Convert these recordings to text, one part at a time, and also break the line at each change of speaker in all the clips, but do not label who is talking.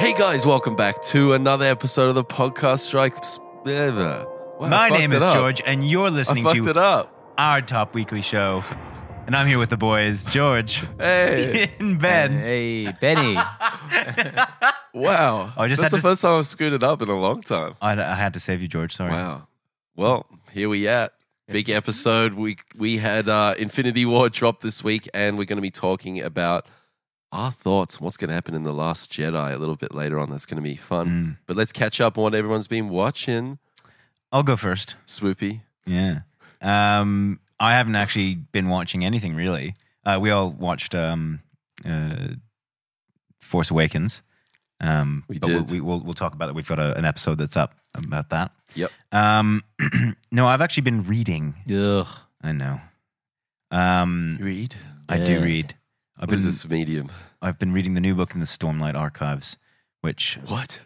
Hey guys, welcome back to another episode of the podcast Strikes. Ever. Wow, I
My
fucked
name
it
is
up.
George, and you're
I
listening
fucked it
to
up.
our top weekly show. And I'm here with the boys, George
Hey,
and Ben.
Hey, Benny.
wow.
I just
That's the
had to-
first time I've screwed it up in a long time.
I, I had to save you, George. Sorry.
Wow. Well, here we at. Big episode. We we had uh, Infinity War drop this week, and we're going to be talking about our thoughts, what's going to happen in the Last Jedi a little bit later on. That's going to be fun.
Mm.
But let's catch up on what everyone's been watching.
I'll go first.
Swoopy.
Yeah. Um, I haven't actually been watching anything really. Uh, we all watched um, uh, Force Awakens. Um,
We
but we'll-
did.
We, we'll, we'll talk about that. We've got a, an episode that's up about that.
Yep.
Um, no, I've actually been reading.
Ugh.
I know. Um,
Read.
I do
Yeah.
read. I've
What is
been
this medium?
I've been reading the new book in the Stormlight Archives, which
What?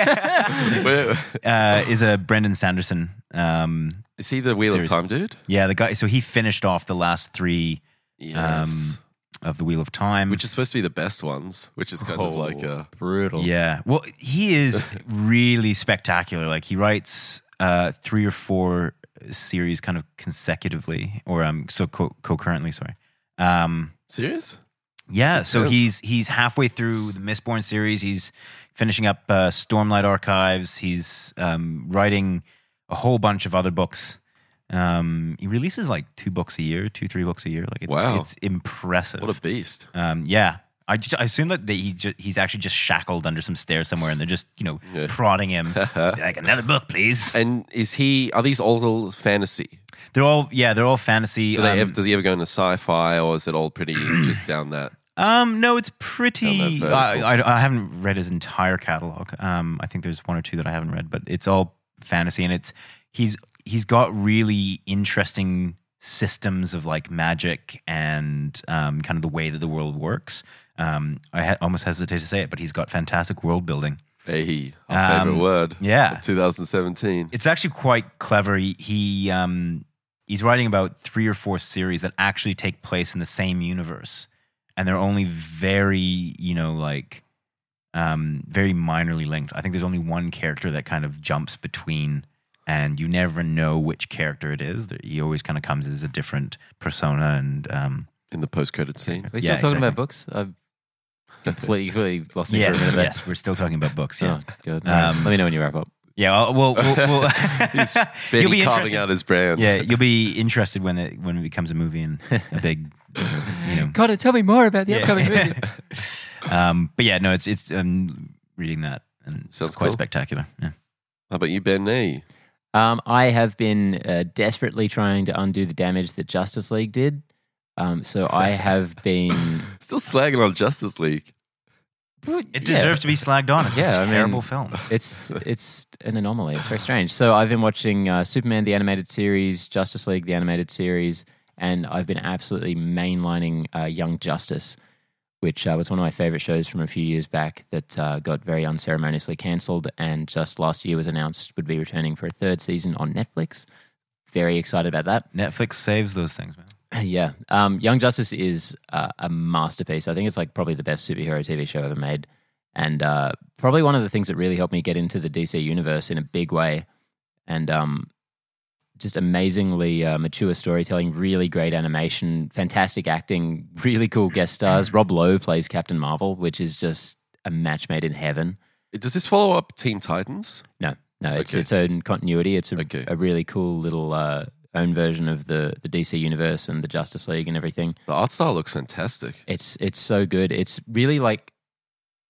yeah
Where-
uh, is a Brendan Sanderson. Um,
Is he the Wheel
Serious.
of Time dude?
yeah, the guy. So he finished off the last three um,
Yes. Mm.
of the Wheel of Time,
Um, which is supposed to be the best ones, which is kind of like uh, a.
brutal.
yeah. Well, he is really spectacular. Like he writes uh, three or four series kind of consecutively, or um, so co- concurrently. Sorry. Um,
Serious?
Yeah,
It's
so
intense.
he's he's halfway through the Mistborn series. He's finishing up uh, Stormlight Archives. He's um, writing a whole bunch of other books. Um, he releases like two books a year, two three books a year. Like it's,
Wow.
it's impressive.
What a beast.
um, yeah, I, just, I assume that they, he ju- he's actually just shackled under some stairs somewhere, and they're just you know
Yeah.
prodding him like another book, please.
And is he? Are these all fantasy?
They're all yeah, they're all fantasy.
Do they
um,
ever, does he ever go into sci-fi, or is it all pretty just down that?
Um, no, it's
Down
pretty.
that
I,
vertical.
I, I haven't read his entire catalog. Um, I think there's one or two that I haven't read, but it's all fantasy, and it's he's he's got really interesting systems of like magic and um, kind of the way that the world works. Um, I ha- almost hesitate to say it, but he's got fantastic world building.
Hey, our favorite
Um,
word.
Yeah,
2017.
it's actually quite clever. He, he um he's writing about three or four series that actually take place in the same universe, and they're only very you know like um very minorly linked. I think there's only one character that kind of jumps between, and you never know which character it is. There- He always kind of comes as a different persona, and um
In the post-credit scene,
Are we
Yeah,
still talking
exactly.
about books? I've completely, completely lost me
yes,
for a minute. there.
yes, we're still talking about books. Yeah,
Oh, good.
Um,
Let me know when you wrap up.
yeah. I'll- We'll, we'll, we'll
He's
You'll
Benny
be
carving
interested-
out his brand.
Yeah, you'll be interested when it when it becomes a movie and a big, you know,
Connor, tell me more about the upcoming movie.
um, but yeah, no, it's it's um, reading that and
Sounds
it's quite
cool.
spectacular. Yeah.
How about you, Benny?
Um, I have been uh, desperately trying to undo the damage that Justice League did. Um, so I have been.
Still slagging on Justice League.
It deserves to be slagged on. It's
Yeah, I
a
mean-
terrible film.
It's it's an anomaly. It's very strange. So I've been watching uh, Superman the animated series, Justice League the animated series, and I've been absolutely mainlining uh, Young Justice, which uh, was one of my favorite shows from a few years back that uh, got very unceremoniously cancelled, and just last year was announced would be returning for a third season on Netflix. Very excited about that.
Netflix saves those things, man.
Yeah. Um, Young Justice is uh, a masterpiece. I think it's like probably the best superhero TV show ever made. And uh, probably one of the things that really helped me get into the DC universe in a big way. And um, just amazingly uh, mature storytelling, really great animation, fantastic acting, really cool guest stars. Rob Lowe plays Captain Marvel, which is just a match made in heaven.
Does this follow up Teen Titans?
No, no, it's
Okay.
its own continuity. It's a,
Okay.
a really cool little uh, own version of the, the DC universe and the Justice League and everything.
The art style looks fantastic.
It's it's so good. It's really like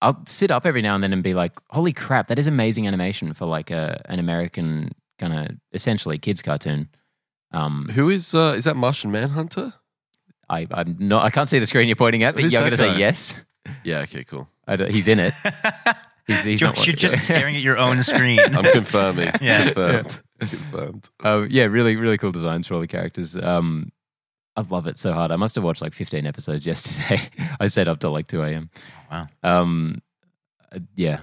I'll sit up every now and then and be like, "Holy crap, that is amazing animation for like a an American kind of essentially kids cartoon." Um,
Who is uh, is that? Martian Manhunter?
I I'm not I can't see the screen you're pointing at, but
Who's
you're
that
going to say
guy?
yes.
Yeah. Okay. Cool.
I don't- he's in it. He's, he's not
George, you're
watching it.
just staring at your own screen.
I'm confirming.
Yeah.
Confirmed. Confirmed.
um, yeah, really, really cool designs for all the characters. Um, I love it so hard. I must have watched like 15 episodes yesterday. I stayed up till like 2 a.m.
Wow.
Um, uh, yeah,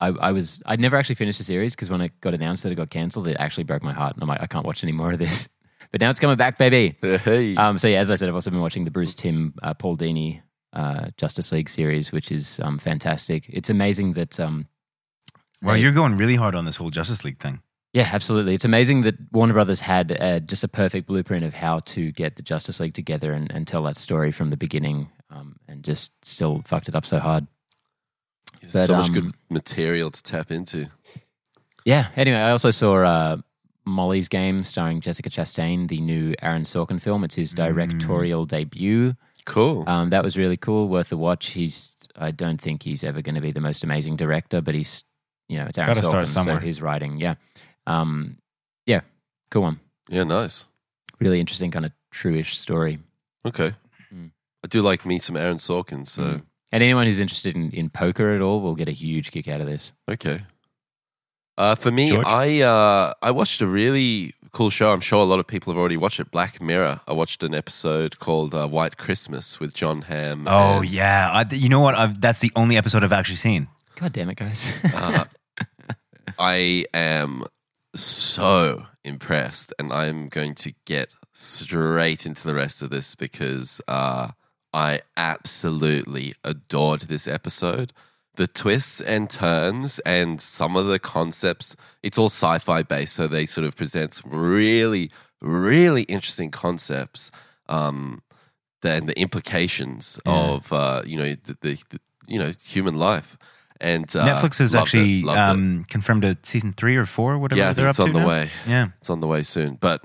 I, I was. I'd never actually finished the series because when it got announced that it got cancelled, it actually broke my heart, and I'm like, I can't watch any more of this. But now it's coming back, baby.
Hey.
Um, so yeah, as I said, I've also been watching the Bruce Tim, uh, Paul Dini uh, Justice League series, which is um, fantastic. It's amazing that. Um,
Well,
they-
you're going really hard on this whole Justice League thing.
yeah, absolutely. It's amazing that Warner Brothers had uh, just a perfect blueprint of how to get the Justice League together and, and tell that story from the beginning, um, and just still fucked it up so hard. But,
so much
um,
good material to tap into.
Yeah. Anyway, I also saw uh, Molly's Game starring Jessica Chastain, the new Aaron Sorkin film. It's his directorial
Mm.
debut.
Cool.
Um, that was really cool, worth the watch. He's I don't think he's ever going to be the most amazing director, but he's you know it's Aaron
Gotta start
Sorkin,
somewhere.
so he's writing. Yeah, um, yeah, cool one.
yeah, nice.
Really interesting kind of true-ish story.
Okay.
Mm.
I do like me some Aaron Sorkin, so
Mm. And anyone who's interested in, in poker at all will get a huge kick out of this.
okay. Uh, for me,
George?
I uh, I watched a really cool show. I'm sure a lot of people have already watched it. Black Mirror. I watched an episode called uh, White Christmas with John Hamm.
Oh
and,
yeah, I, you know what? I've, that's the only episode I've actually seen.
God damn it, guys!
Um,
Uh, I am so impressed, and I'm going to get straight into the rest of this because uh, I absolutely adored this episode. The twists and turns, and some of the concepts, it's all sci fi based, so they sort of present some really, really interesting concepts. Um, and the implications
Yeah.
of uh, you know the, the, the you know human life and uh,
Netflix has
loved it,
actually
loved it.
um, confirmed a season three or four, whatever.
yeah, I
they're
think it's
up
on
to
the
now.
way.
Yeah,
It's on the way soon. But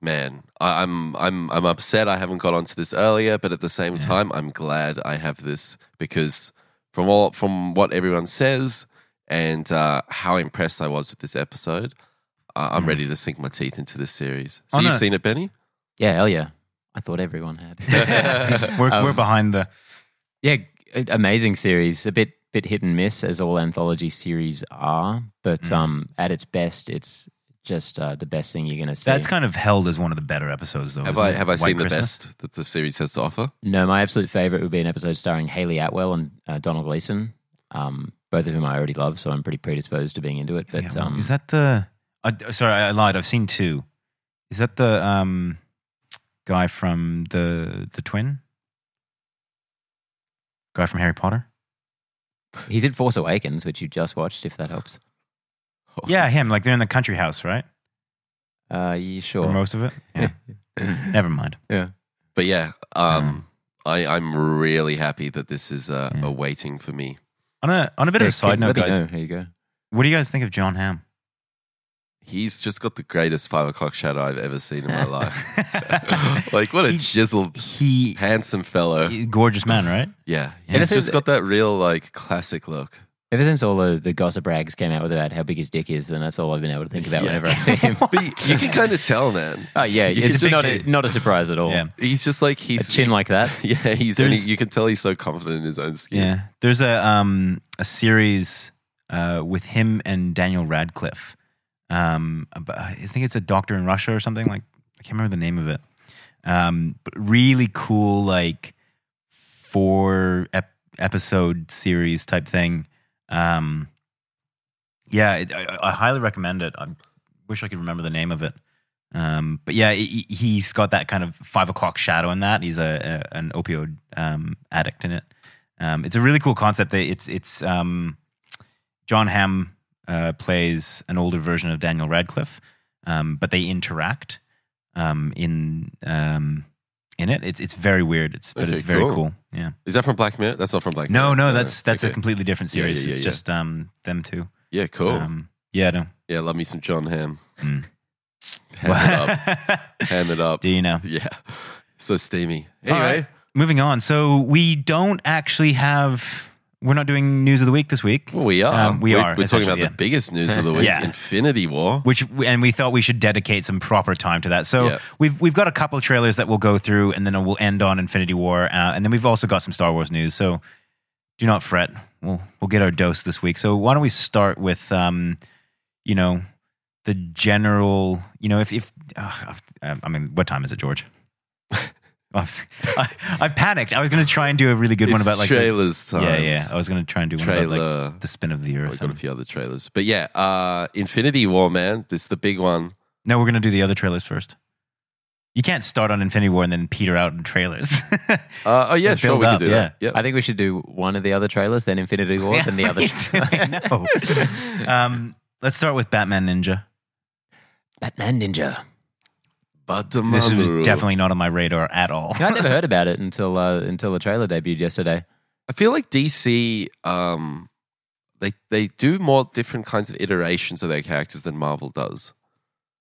man, I, I'm I'm I'm upset I haven't got onto this earlier, but at the same
Yeah.
time, I'm glad I have this because from all from what everyone says and uh, how impressed I was with this episode, uh, I'm
Mm.
ready to sink my teeth into this series. So
On
you've
a-
seen it, Benny?
yeah, hell yeah! I thought everyone had.
we're, we're
Um,
behind the.
yeah, a- amazing series. A bit bit hit and miss as all anthology series are, but
Mm.
um, at its best, it's just uh, the best thing you're gonna see.
That's kind of held as one of the better episodes, though.
Have
isn't
I
it?
have I
White
seen the
Christmas?
best that the series has to offer?
no, my absolute favorite would be an episode starring Haley Atwell and uh, Donald Gleason, um, both of whom I already love, so I'm pretty predisposed to being into it. But
Yeah, well,
um,
is that the? I, sorry, I lied. I've seen two. Is that the um, guy from the the twin? Guy from Harry Potter.
he's in Force Awakens, which you just watched, if that helps.
Oh.
Yeah, him. Like they're in the country house, right?
Uh, you
For
sure?
most of it. Yeah. Never mind.
But yeah,
Mm.
um, I, I'm really happy that this is uh,
Yeah.
awaiting for me.
On a on a bit of
Yeah,
a side
keep-
note,
let me
guys.
oh,
know. Here you go.
What do you guys think of John Hamm?
He's just got the greatest five o'clock shadow I've ever seen in my life. like what a
He-
chiseled,
he,
handsome fellow.
gorgeous man, right?
Yeah,
Yeah,
he's
this
just
is-
got that real like classic look.
Ever since all the, the gossip rags came out about how big his dick is, then that's all I've been able to think about
Yeah.
whenever I see him.
But you, you can kind of tell, man.
Oh yeah,
You
it's
can
not
see
a,
it.
not a surprise at all.
Yeah,
He's just like
A
he's
chin like that.
Yeah, he's only,
There's-
you can tell he's so confident in his own skin.
yeah. There's a um a series uh with him and Daniel Radcliffe. Um, about, I think it's a doctor in Russia or something. Like I can't remember the name of it. Um, but really cool, like four ep- episode series type thing. Um, yeah, it, I, I highly recommend it. I wish I could remember the name of it. Um, but yeah, he, he's got that kind of five o'clock shadow in that. He's a, a an opioid um, addict in it. Um, it's a really cool concept. They- It's it's um, John Hamm uh, plays an older version of Daniel Radcliffe, um, but they interact um, in um, in it. It's it's very weird. It's but
Okay,
it's very
cool.
cool. Yeah.
Is that from Black Mirror? That's not from Black
No,
Mirror. Oh,
no, that's that's a
okay.
completely different
Yeah, yeah,
series.
yeah,
it's
yeah.
just um, them two.
yeah, cool.
Um, yeah, no.
yeah, love me some John Ham.
Mm.
Ham it up, ham it up.
Do you know?
Yeah, so steamy.
All
Anyway,
right, moving on. So we don't actually have. We're not doing news of the week this week.
well, we are.
Um, we
we're,
are,
We're talking about
essentially,
the biggest news of the week:
Yeah.
Infinity War.
which and we thought we should dedicate some proper time to that. So
Yeah.
we've we've got a couple of trailers that we'll go through, and then we'll end on Infinity War, uh, and then we've also got some Star Wars news. So do not fret, we'll we'll get our dose this week. So why don't we start with, um, you know, the general, you know, if if uh, I mean, what time is it, George? I, was- I, I panicked. I was going to try and do a really good one
It's
about like the-
trailers. times.
yeah, yeah. I was going to try and do one about like
Trailer.
the spin of the
Oh,
earth.
We've got a
and-
few other trailers, but yeah, uh, Infinity War, man. This is the big one.
no, we're going to do the other trailers first. You can't start on Infinity War and then peter out in trailers.
Uh, oh yeah,
Build
sure we
up,
can do that. Yeah.
I think we should do one of the other trailers, then Infinity War,
Yeah,
then the other.
me too, I know. um, let's start with Batman Ninja.
Batman Ninja.
But
This was definitely not on my radar at all.
I never heard about it until uh, until the trailer debuted yesterday.
I feel like DC, um, they they do more different kinds of iterations of their characters than Marvel does.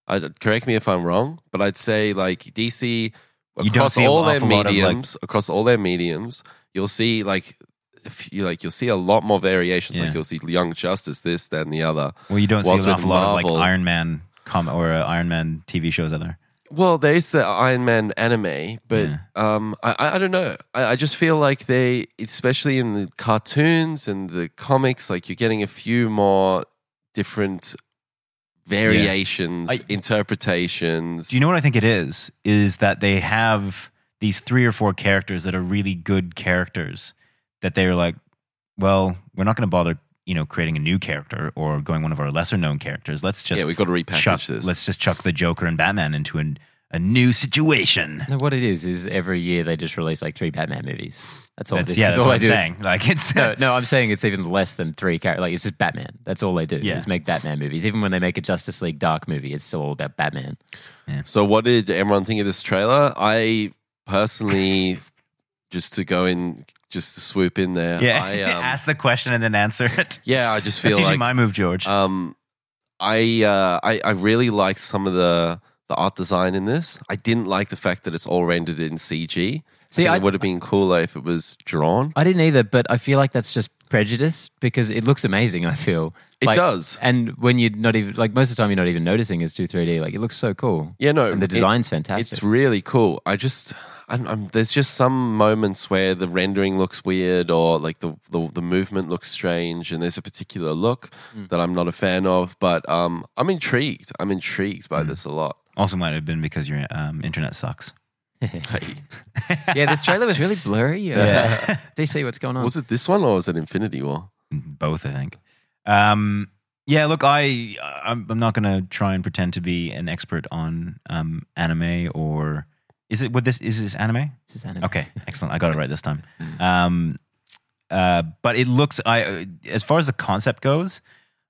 I, correct me if I'm wrong, but I'd say like DC
You don't
across
see an
all their
awful lot of, like-
mediums, across all their mediums, you'll see like if you like you'll see a lot more variations.
Yeah.
Like you'll see Young Justice, this, then the other.
Well, you don't see
Whilst
an
with
awful lot of
Marvel-
like Iron Man com- or uh, Iron Man TV shows, other.
Well, there's the Iron Man anime, but
Yeah.
um, I- I, I don't know. I, I just feel like they, especially in the cartoons and the comics, like you're getting a few more different variations,
I-
interpretations.
Do you know what I think it is? Is that they have these three or four characters that are really good characters that they're like, well, we're not going to bother, you know, creating a new character or going one of our lesser known characters. Let's just
yeah, we've got to repackage
chuck,
this.
let's just chuck the Joker and Batman into an, a new situation.
No, what it is is every year they just release like three Batman movies. That's all.
That's,
it is.
yeah, that's
all
what
they
I'm
do is-
saying. Like it's
No, no, I'm saying it's even less than three characters. Like it's just Batman. That's all they do
Yeah.
is make Batman movies. Even when they make a Justice League Dark movie, it's still all about Batman.
So, what did everyone think of this trailer? I personally, just to go in, just to swoop in there,
yeah.
I, um,
Ask the question and then answer it.
yeah, I just
That's
feel
usually
like
my move, George.
Um, I, uh, I I really liked some of the the art design in this. I didn't like the fact that it's all rendered in CG.
See,
I, think
I-
it would have been cooler if it was drawn.
I didn't either, but I feel like that's just prejudice because it looks amazing. I feel
It
Like-
does.
and when you're not even like most of the time you're not even noticing it's two three D. Like it looks so cool.
Yeah, no,
and the
it-
design's
it's
fantastic.
really cool. I just. I'm, I'm, there's just some moments where the rendering looks weird or like the, the the movement looks strange and there's a particular look
Hmm.
that I'm not a fan of but um, I'm intrigued I'm intrigued
Hmm.
by this a lot
also, might have been because your um, internet sucks.
yeah, this trailer was really blurry. Uh,
Yeah.
DC, what's going on?
was it this one or was it Infinity War
both i think um yeah look i i'm, I'm not gonna try and pretend to be an expert on um anime or is it what this is this anime
This is anime.
okay excellent i got it right this time um uh but it looks i as far as the concept goes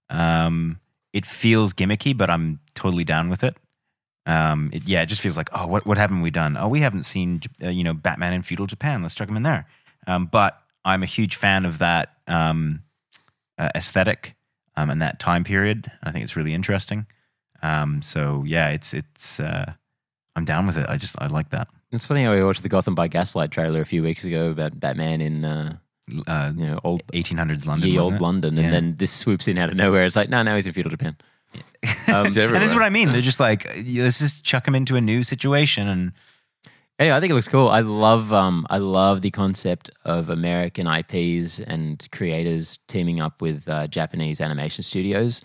um it feels gimmicky but i'm totally down with it um it, yeah it just feels like oh what what haven't we done oh we haven't seen J- uh, you know batman in feudal japan let's chuck him in there um but i'm a huge fan of that um uh, aesthetic um, and that time period. I think it's really interesting. Um, so yeah, it's it's uh, I'm down with it. I just I like that.
It's funny how we watched the Gotham by Gaslight trailer a few weeks ago about Batman in uh,
Uh,
you know old
1800s London.
ye
wasn't it?
old London,
Yeah.
and then this swoops in out of nowhere. It's like no, no, he's in feudal Japan. Um,
It's
And this is
everywhere.
what I mean. They're just like uh, let's just chuck him into a new situation and
Anyway, I think it looks cool. I love um, I love the concept of American IPs and creators teaming up with uh, Japanese animation studios.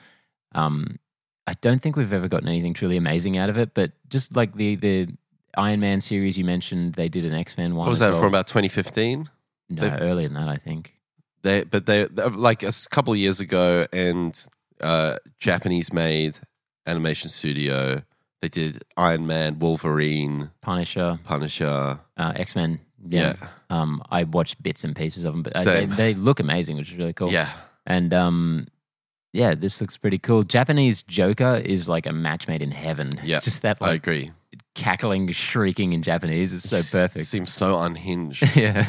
Um, I don't think we've ever gotten anything truly amazing out of it, but just like the the Iron Man series you mentioned, they did an X Men one.
what was
as
that
well.
from about 2015
No,
They-
earlier than that, I think.
They, but they they- like a s- couple of years ago, and uh, Japanese-made animation studio. They did Iron Man, Wolverine,
Punisher,
Punisher.
uh, X Men. Yeah.
Yeah.
Um, I watched bits and pieces of them, but I, they,
Same.
they look amazing, which is really
Oh.
cool.
Yeah,
And um, yeah, this looks pretty cool. Japanese Joker is like a match made in heaven.
Yeah,
just that
I
like
agree.
cackling, shrieking in Japanese is so
S-
perfect.
Seems so unhinged.
yeah,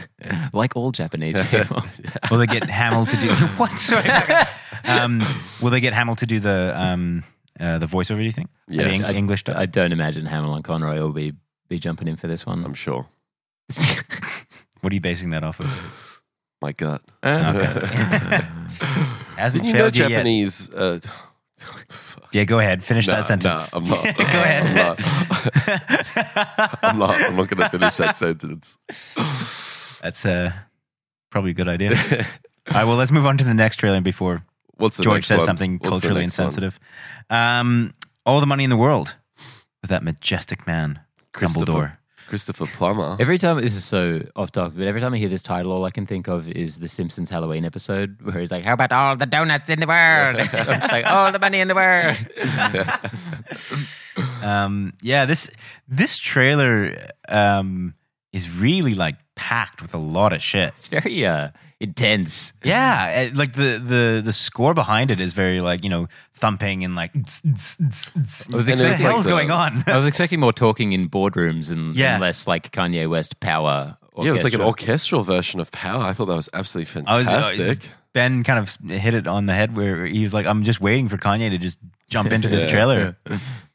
like all Japanese people.
will they get Hamill to do what? Sorry, um, will they get Hamill to do the um, uh, the voiceover? Do you think? Uh, the
Yes.
Eng- English dub?
I don't imagine Hamill and Conroy will be be jumping in for this one.
I'm sure.
What are you basing that off of?
My gut.
Okay. Hasn't
Didn't you know
failed you yet.
Japanese? Uh,
Yeah, go ahead. Finish
Nah,
that sentence.
nah, I'm not.
go
I'm
ahead.
not. I'm not. I'm not going to finish that sentence.
That's uh, probably a good idea. All right, well, let's move on to the next trailer before
What's the
George
next
says
one?
something
What's the
culturally
next one?
insensitive. Um, all the money in the world with that majestic man,
Christopher-
Dumbledore.
Christopher Plummer.
Every time this is so off topic, but every time I hear this title, all I can think of is the Simpsons Halloween episode where he's like, "How about all the donuts in the world?" it's like all the money in the world.
um, yeah, this this trailer um, is really like packed with a lot of shit.
It's very uh, intense.
Yeah, eh, like the the the score behind it is very like you know thumping and like.
I was
And
what the
it's
expecting,
like
hell's
the-
going on?
I was expecting more talking in boardrooms and,
Yeah.
and less like Kanye West power.
Yeah, it was like an
orchestra.
orchestral version of Power. I thought that was absolutely
I was- uh,
fantastic.
ben kind of hit it on the head where he was like, "I'm just waiting for Kanye to just jump into this
Yeah.
trailer."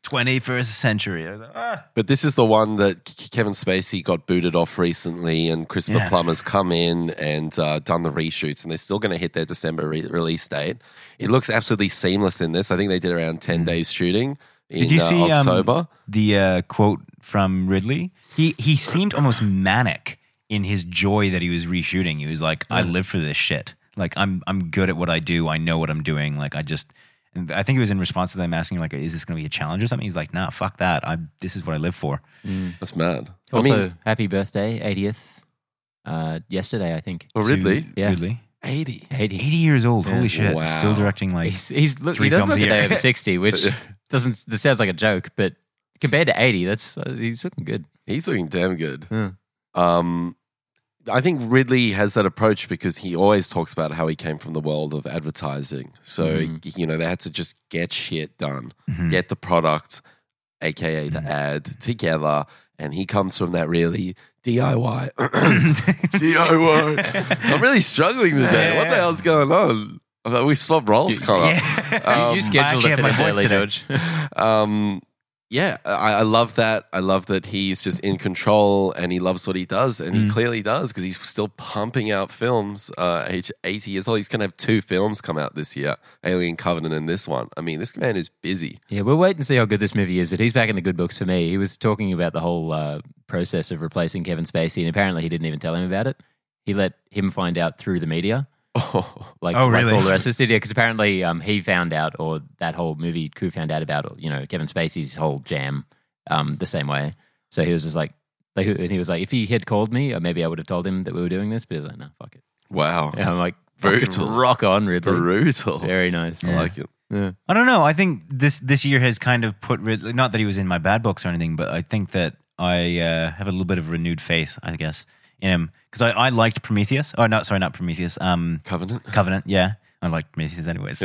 Twenty first century. I was like, ah.
But this is the one that K- Kevin Spacey got booted off recently, and Christopher
Yeah.
Plummer's come in and uh, done the reshoots, and they're still going to hit their December re- release date. It looks absolutely seamless in this. I think they did around 10 days shooting in
Mm. Did you see
uh,
um,
October.
the uh, quote from Ridley? He he seemed almost manic in his joy that he was reshooting. He was like, "I live for this shit. Like I'm I'm good at what I do. I know what I'm doing. Like I just." And I think it was in response to them asking, like, "Is this going to be a challenge or something?" He's like, "Nah, fuck that. I this is what I live for."
Mm.
That's mad.
Also,
I mean,
happy birthday, 80th. Uh, yesterday, I think.
well,
To
Ridley,
Yeah.
Ridley,
80.
80.
eighty years old.
Yeah.
Holy shit!
Wow.
Still directing like
He's, he's look,
Three
he does
films
look
a
a day
year.
over 60, which doesn't, this sounds like a joke, but compared to 80, that's, uh, he's looking good.
He's looking damn good.
Yeah.
Um, I think Ridley has that approach because he always talks about how he came from the world of advertising. So,
Mm-hmm.
Mhm.
you know, they had to just get shit done,
mhm.
get the product, AKA the
Mhm.
ad, together. And he comes from that really DIY. DIY. I'm really struggling today. What the
Yeah.
hell's going on? I thought We swapped roles, Connor.
Yeah.
Um,
I
you scheduled
actually
it
have my
for this
voice
early,
today.
George.
um yeah I, I love that i love that he's just in control and he loves what he does and he
Mm.
clearly does because he's still pumping out films uh age 80 years old he's gonna have two films come out this year alien covenant and this one i mean this man is busy
Yeah, we'll wait and see how good this movie is, but he's back in the good books for me. He was talking about the whole uh, process of replacing Kevin Spacey, and apparently he didn't even tell him about it. He let him find out through the media,
oh
like,
Oh,
like
really?
all the rest of us did. Yeah, because apparently um, he found out, or that whole movie crew found out about, you know, Kevin Spacey's whole jam um, the same way. So he was just like, like, and he was like, if he had called me, uh, maybe I would have told him that we were doing this, but he was like, no, fuck it.
wow
And I'm like, fucking
Brutal.
Rock on, Ridley.
brutal
Very nice.
i like it
I don't know. I think this this year has kind of put Ridley. Not that he was in my bad books or anything, but I think that I uh, have a little bit of renewed faith, I guess, in him because I, I liked Prometheus. Oh, not sorry, not Prometheus. Um,
covenant
Covenant. Yeah, I liked Prometheus, anyways.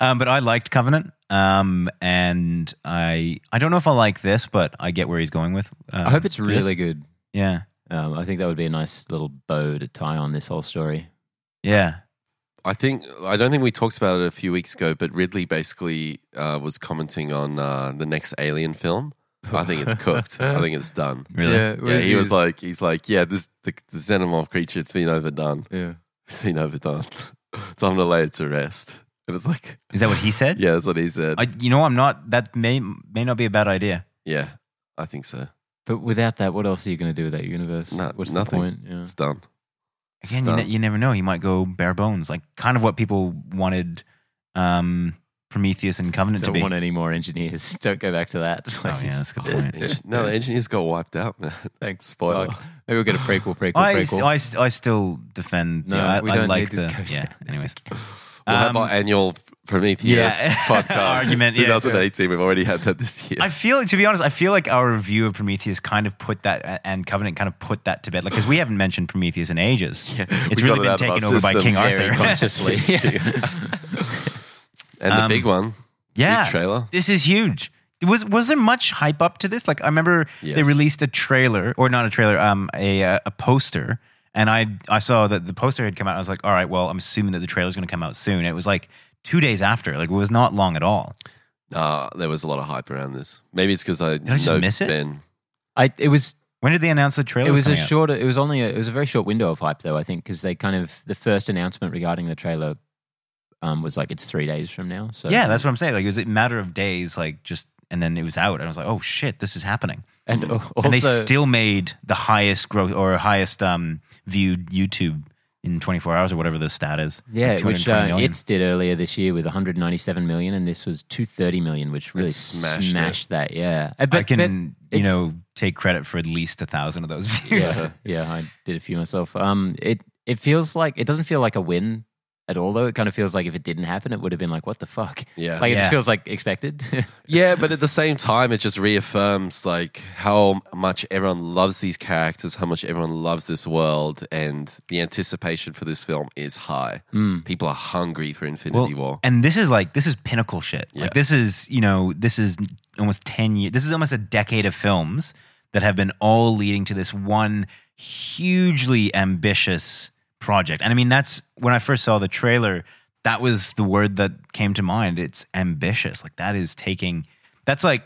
um, but I liked Covenant. Um, and I I don't know if I like this, but I get where he's going with. Um,
I hope it's
this.
really good.
Yeah,
Um, I think that would be a nice little bow to tie on this whole story.
yeah.
I think I don't think we talked about it a few weeks ago, but Ridley basically uh, was commenting on uh, the next Alien film. I think it's cooked. I think it's done.
Really?
Yeah, he was like, he's like, yeah, this the, the xenomorph creature. It's been overdone.
yeah.
It's been overdone. Time to lay it to rest. And it's like,
Is that what he said?
yeah, that's what he said.
I, you know, I'm not. That may may not be a bad idea.
yeah, I think so.
But without that, what else are you going to do with that universe?
No-
What's
nothing.
the point? Yeah.
It's done. It's
Again, you,
done.
ne- you never know. He might go bare bones, like kind of what people wanted um, Prometheus and Covenant to
Don't
be.
want any more engineers. Don't go back to that.
Oh, yeah, that's a good point.
Eng- no, the engineers got wiped out, man.
Thanks.
Spoiler.
Fuck. Maybe we'll get a prequel, prequel,
I,
prequel.
I, I still defend.
no,
yeah, I,
we
I
don't
like
need
the.
to go
yeah.
down this
Anyways,
again.
We'll have
Um,
our annual Prometheus
Yeah.
podcast.
Argument, yeah,
2018. We've already had that this year.
I feel, to be honest, I feel like our review of Prometheus kind of put that and Covenant kind of put that to bed, like because we haven't mentioned Prometheus in ages.
Yeah,
it's
we got
really
it
been
out of our
taken over by
system.
King
Very
Arthur.
consciously.
and
um,
the big one,
yeah,
big trailer.
This is huge. Was was there much hype up to this? Like I remember they
Yes.
released a trailer or not a trailer, um, a uh, a poster, and I I saw that the poster had come out. I was like, all right, well, I'm assuming that the trailer's going to come out soon. It was like two days after. Like it was not long at all.
Nah, uh, there was a lot of hype around this. Maybe it's because I,
I just
know
miss it?
Ben.
I, it was
When did they announce the trailer?
it was a
coming out?
shorter it was only a, it was a very short window of hype though i think because they kind of the first announcement regarding the trailer um, was like it's three days from now so
Yeah, that's what I'm saying. Like it was a matter of days. Like just and then it was out, and I was like, oh shit, this is happening.
and al- also
and they still made the highest growth or highest um viewed YouTube in 24 hours or whatever the stat is.
yeah
Like
which
220
uh,
million.
it did earlier this year with 197 million and this was 230 million which really
smashed
smashed,
it.
that yeah Uh, but,
I can,
but
you
it's-
know, take credit for at least a thousand of those views.
yeah, yeah i did a few myself um it it feels like it doesn't feel like a win at all. Though it kind of feels like if it didn't happen, it would have been like, what the fuck?
Yeah.
Like it
Yeah.
just feels like expected.
yeah, but at the same time, it just reaffirms like how much everyone loves these characters, how much everyone loves this world, and the anticipation for this film is high.
Hmm.
Mm.
People are hungry for Infinity War.
And this is like this is pinnacle shit.
Yeah.
Like this is you know this is almost ten years. This is almost a decade of films that have been all leading to this one hugely ambitious project. And I mean that's when I first saw the trailer. That was the word that came to mind. It's ambitious. Like that is taking. That's like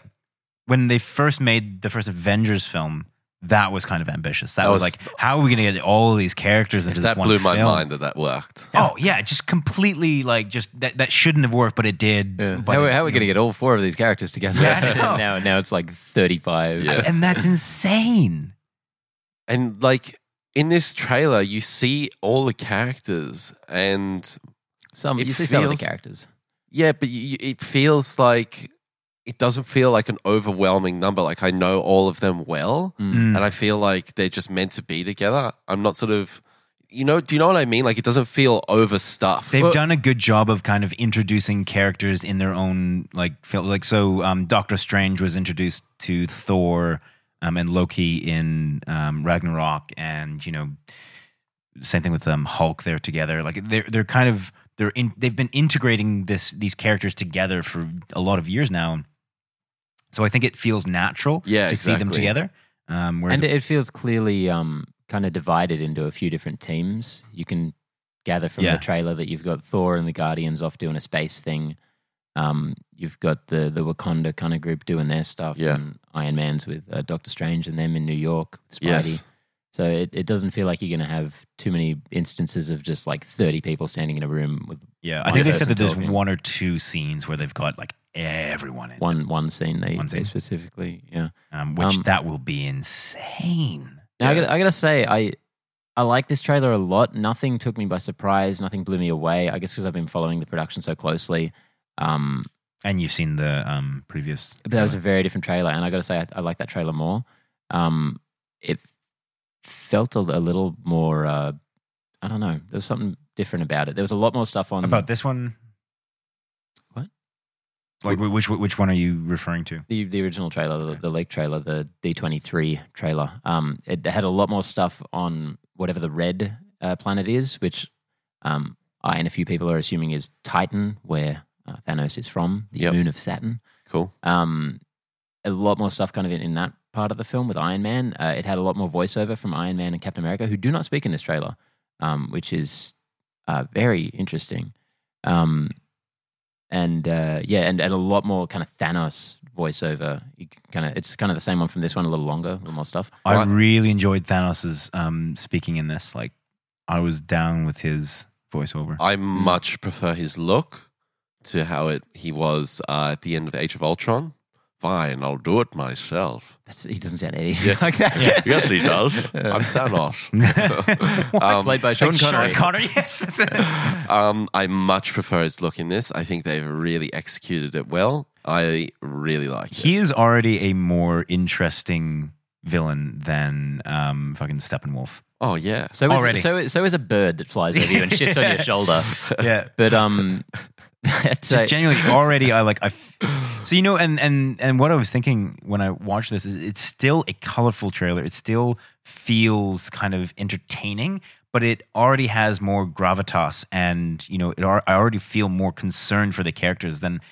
when they first made the first Avengers film. That was kind of ambitious. That,
That
was,
was-
like, how are we going to get all these characters into this
That
one
blew my
film?
mind that that worked.
Oh yeah, just completely like just that that shouldn't have worked, but it did. But
How,
it-
how are
you
we going to
know.
get all four of these characters together?
Yeah, I know.
now, now it's like 35.
Yeah.
And that's insane.
And like in this trailer, you see all the characters, and
Some,
It
you see some of the
feels-
characters.
yeah, but you, you- it feels like it doesn't feel like an overwhelming number. Like I know all of them well.
Mm.
Mm.
and I feel like they're just meant to be together. I'm not sort of, you know, do you know what I mean? Like it doesn't feel overstuffed.
They've
Well,
done a good job of kind of introducing characters in their own like film. Like so, um, Doctor Strange was introduced to Thor um, and Loki in um, Ragnarok, and you know, same thing with um, Hulk. They're together. Like they're they're kind of they're in, they've been integrating this these characters together for a lot of years now. So I think it feels natural
Yeah,
to see them
exactly.
together. Um, whereas
and it feels clearly um, kind of divided into a few different teams. You can gather from
Yeah.
the trailer that you've got Thor and the Guardians off doing a space thing. Um, you've got the the Wakanda kind of group doing their stuff.
Yeah.
And Iron Man's with uh, Doctor Strange and them in New York. With Spidey.
Yes.
So it, it doesn't feel like you're going to have too many instances of just like 30 people standing in a room with
yeah, I
one
think they
person
said that there's
talking.
one or two scenes where they've got like everyone in. it.
one one scene they,
One
they
scene.
specifically. Yeah.
um, which
Um,
that will be insane.
Now, I,
Yeah.
gotta, I gotta say, I I like this trailer a lot. Nothing took me by surprise. Nothing blew me away. I guess because I've been following the production so closely. Um,
And you've seen the um, previous.
but that was a very different trailer, and I gotta say, I, I like that trailer more. Um, it felt a, a little more. Uh, I don't know. There was something different about it. There was a lot more stuff on
about this one.
What?
Like wh- which which one are you referring to?
the the original trailer, the, the leak trailer, the D twenty three trailer. Um, it had a lot more stuff on whatever the red uh, planet is, which um, I and a few people are assuming is Titan, where uh, Thanos is from, the
Yep.
moon of Saturn.
Cool.
Um, a lot more stuff kind of in, in that part of the film with Iron Man. Uh, it had a lot more voiceover from Iron Man and Captain America, who do not speak in this trailer, um, which is uh, very interesting. Um, and uh, yeah, and, and a lot more kind of Thanos voiceover. Kind of, it's kind of the same one from this one, a little longer, a little more stuff.
I
Right.
really enjoyed Thanos's um, speaking in this. Like, I was down with his voiceover.
Oh,
I much prefer his look to how it he was uh, at the end of Age of Ultron. Fine, I'll do it myself.
That's, he doesn't sound anything
Yeah.
like that.
yes, he does. I'm Thanos. Um,
Played by Sean
Like
Connery.
yes, that's it.
um, I much prefer his look in this. I think they've really executed it well. I really like it.
he is already a more interesting villain than um, fucking Steppenwolf.
Oh yeah,
So
Already.
is, so, is- so is a bird that flies over you and shits on your shoulder.
Yeah,
But um, that's
just
a-
genuinely already I like I f- so you know and and and what I was thinking when I watched this is it's still a colorful trailer it still feels kind of entertaining but it already has more gravitas and you know it al- I already feel more concerned for the characters than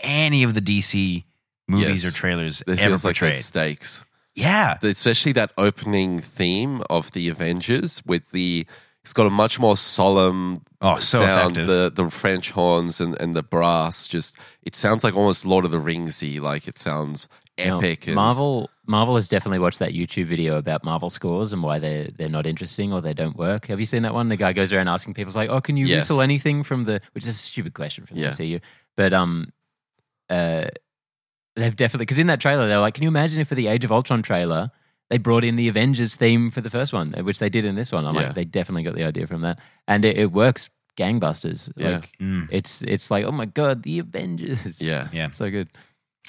any of the DC movies
Yes.
or trailers
it
ever
feels like
portrayed
there's stakes.
yeah
especially that opening theme of the Avengers with the it's got a much more solemn
Oh, so
sound
effective.
the the French horns and, and the brass just it sounds like almost Lord of the Ringsy like it sounds
you know,
epic and
Marvel Marvel has definitely watched that YouTube video about Marvel scores and why they're they're not interesting or they don't work. Have you seen that one? The guy goes around asking people, it's like, "Oh, can you
Yes.
whistle anything from the?" Which is a stupid question from the
Yeah.
MCU, but um, uh, they've definitely because in that trailer they're like, "Can you imagine if for the Age of Ultron trailer?" They brought in the Avengers theme for the first one, which they did in this one. I'm
Yeah.
like, they definitely got the idea from that, and it, it works gangbusters.
Yeah.
Like,
Mm.
it's it's like, oh my god, the Avengers.
yeah
yeah
so good.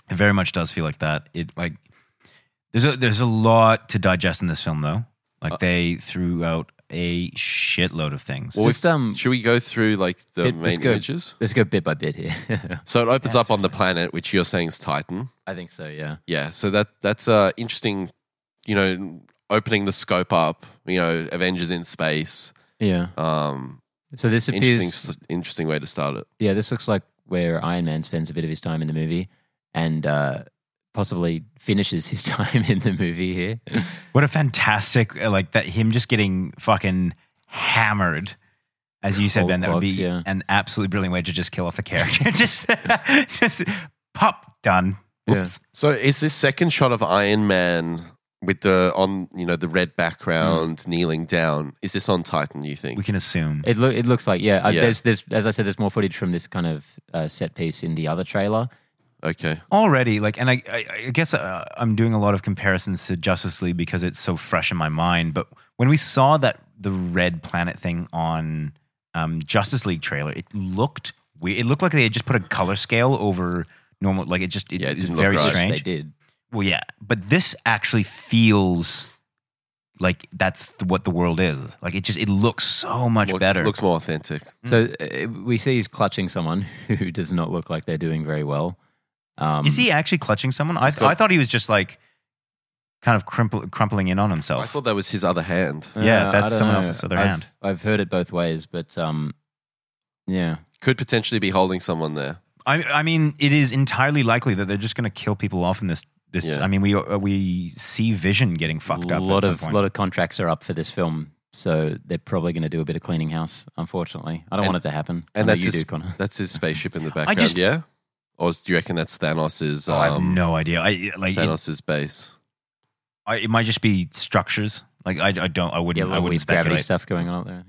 It very much does feel like that. It like
Uh,
there's a there's a lot to digest in this film though. Like they threw out a shitload of things.
Well,
just um,
Should we go through like the
It- it's
main
good.
images?
let's go bit by bit here.
So it opens
Yeah,
up on the planet, which you're saying is Titan.
I think so. Yeah.
Yeah, so that that's uh interesting, you know, opening the scope up. You know, Avengers in space.
Yeah.
Um,
So this
interesting,
appears.
s- interesting way to start it.
Yeah, this looks like where Iron Man spends a bit of his time in the movie, and uh, possibly finishes his time in the movie here.
What a fantastic uh, like that him just getting fucking hammered. As you said,
Cold
Ben, that would be
clocked, yeah.
an absolutely brilliant way to just kill off the character. just, just pop done.
Yeah.
Oops.
So is this second shot of Iron Man with the on you know the red background kneeling down? Is this on Titan? You think?
Mm. We can assume.
It, loo- it looks like yeah, uh,
Yeah.
There's, there's as I said, there's more footage from this kind of uh, set piece in the other trailer.
Okay.
already like and i i, I guess uh, i'm doing a lot of comparisons to justice league because it's so fresh in my mind but when we saw that the red planet thing on um, justice league trailer it looked weird it looked like they had just put a color scale over normal like it just it,
Yeah, it
it's
didn't look
very
right.
They
strange
did.
well yeah but this actually feels like that's th- what the world is like it just it looks so much
Look-
better
Looks more authentic.
So uh, we see he's clutching someone who does not look like they're doing very well. Um,
is he actually clutching someone I,
He's got-
I thought he was just like kind of crumple, crumpling in on himself
I thought that was his other hand.
Yeah, that's
uh, I don't
someone else's other
I've,
hand.
I've heard it both ways, but um, yeah,
Could potentially be holding someone there.
I, I mean, it is entirely likely that they're just going to kill people off in this. This,
Yeah.
I mean, we uh, we see Vision getting fucked
a
up.
lot
at some
of
point.
lot of contracts are up for this film, so they're probably going to do a bit of cleaning house. Unfortunately, I don't want it to happen. I
and
know
that's
you
his-
do, Connor.
That's his spaceship in the background.
just-
yeah. Or do you reckon that's Thanos's?
Oh, I have
Um,
no idea. I like it,
Thanos's base.
I, it might just be structures. Like I, I don't. I
Yeah, a
wouldn't.
lot
I
of
wouldn't
weird gravity
speculate.
stuff going on up there.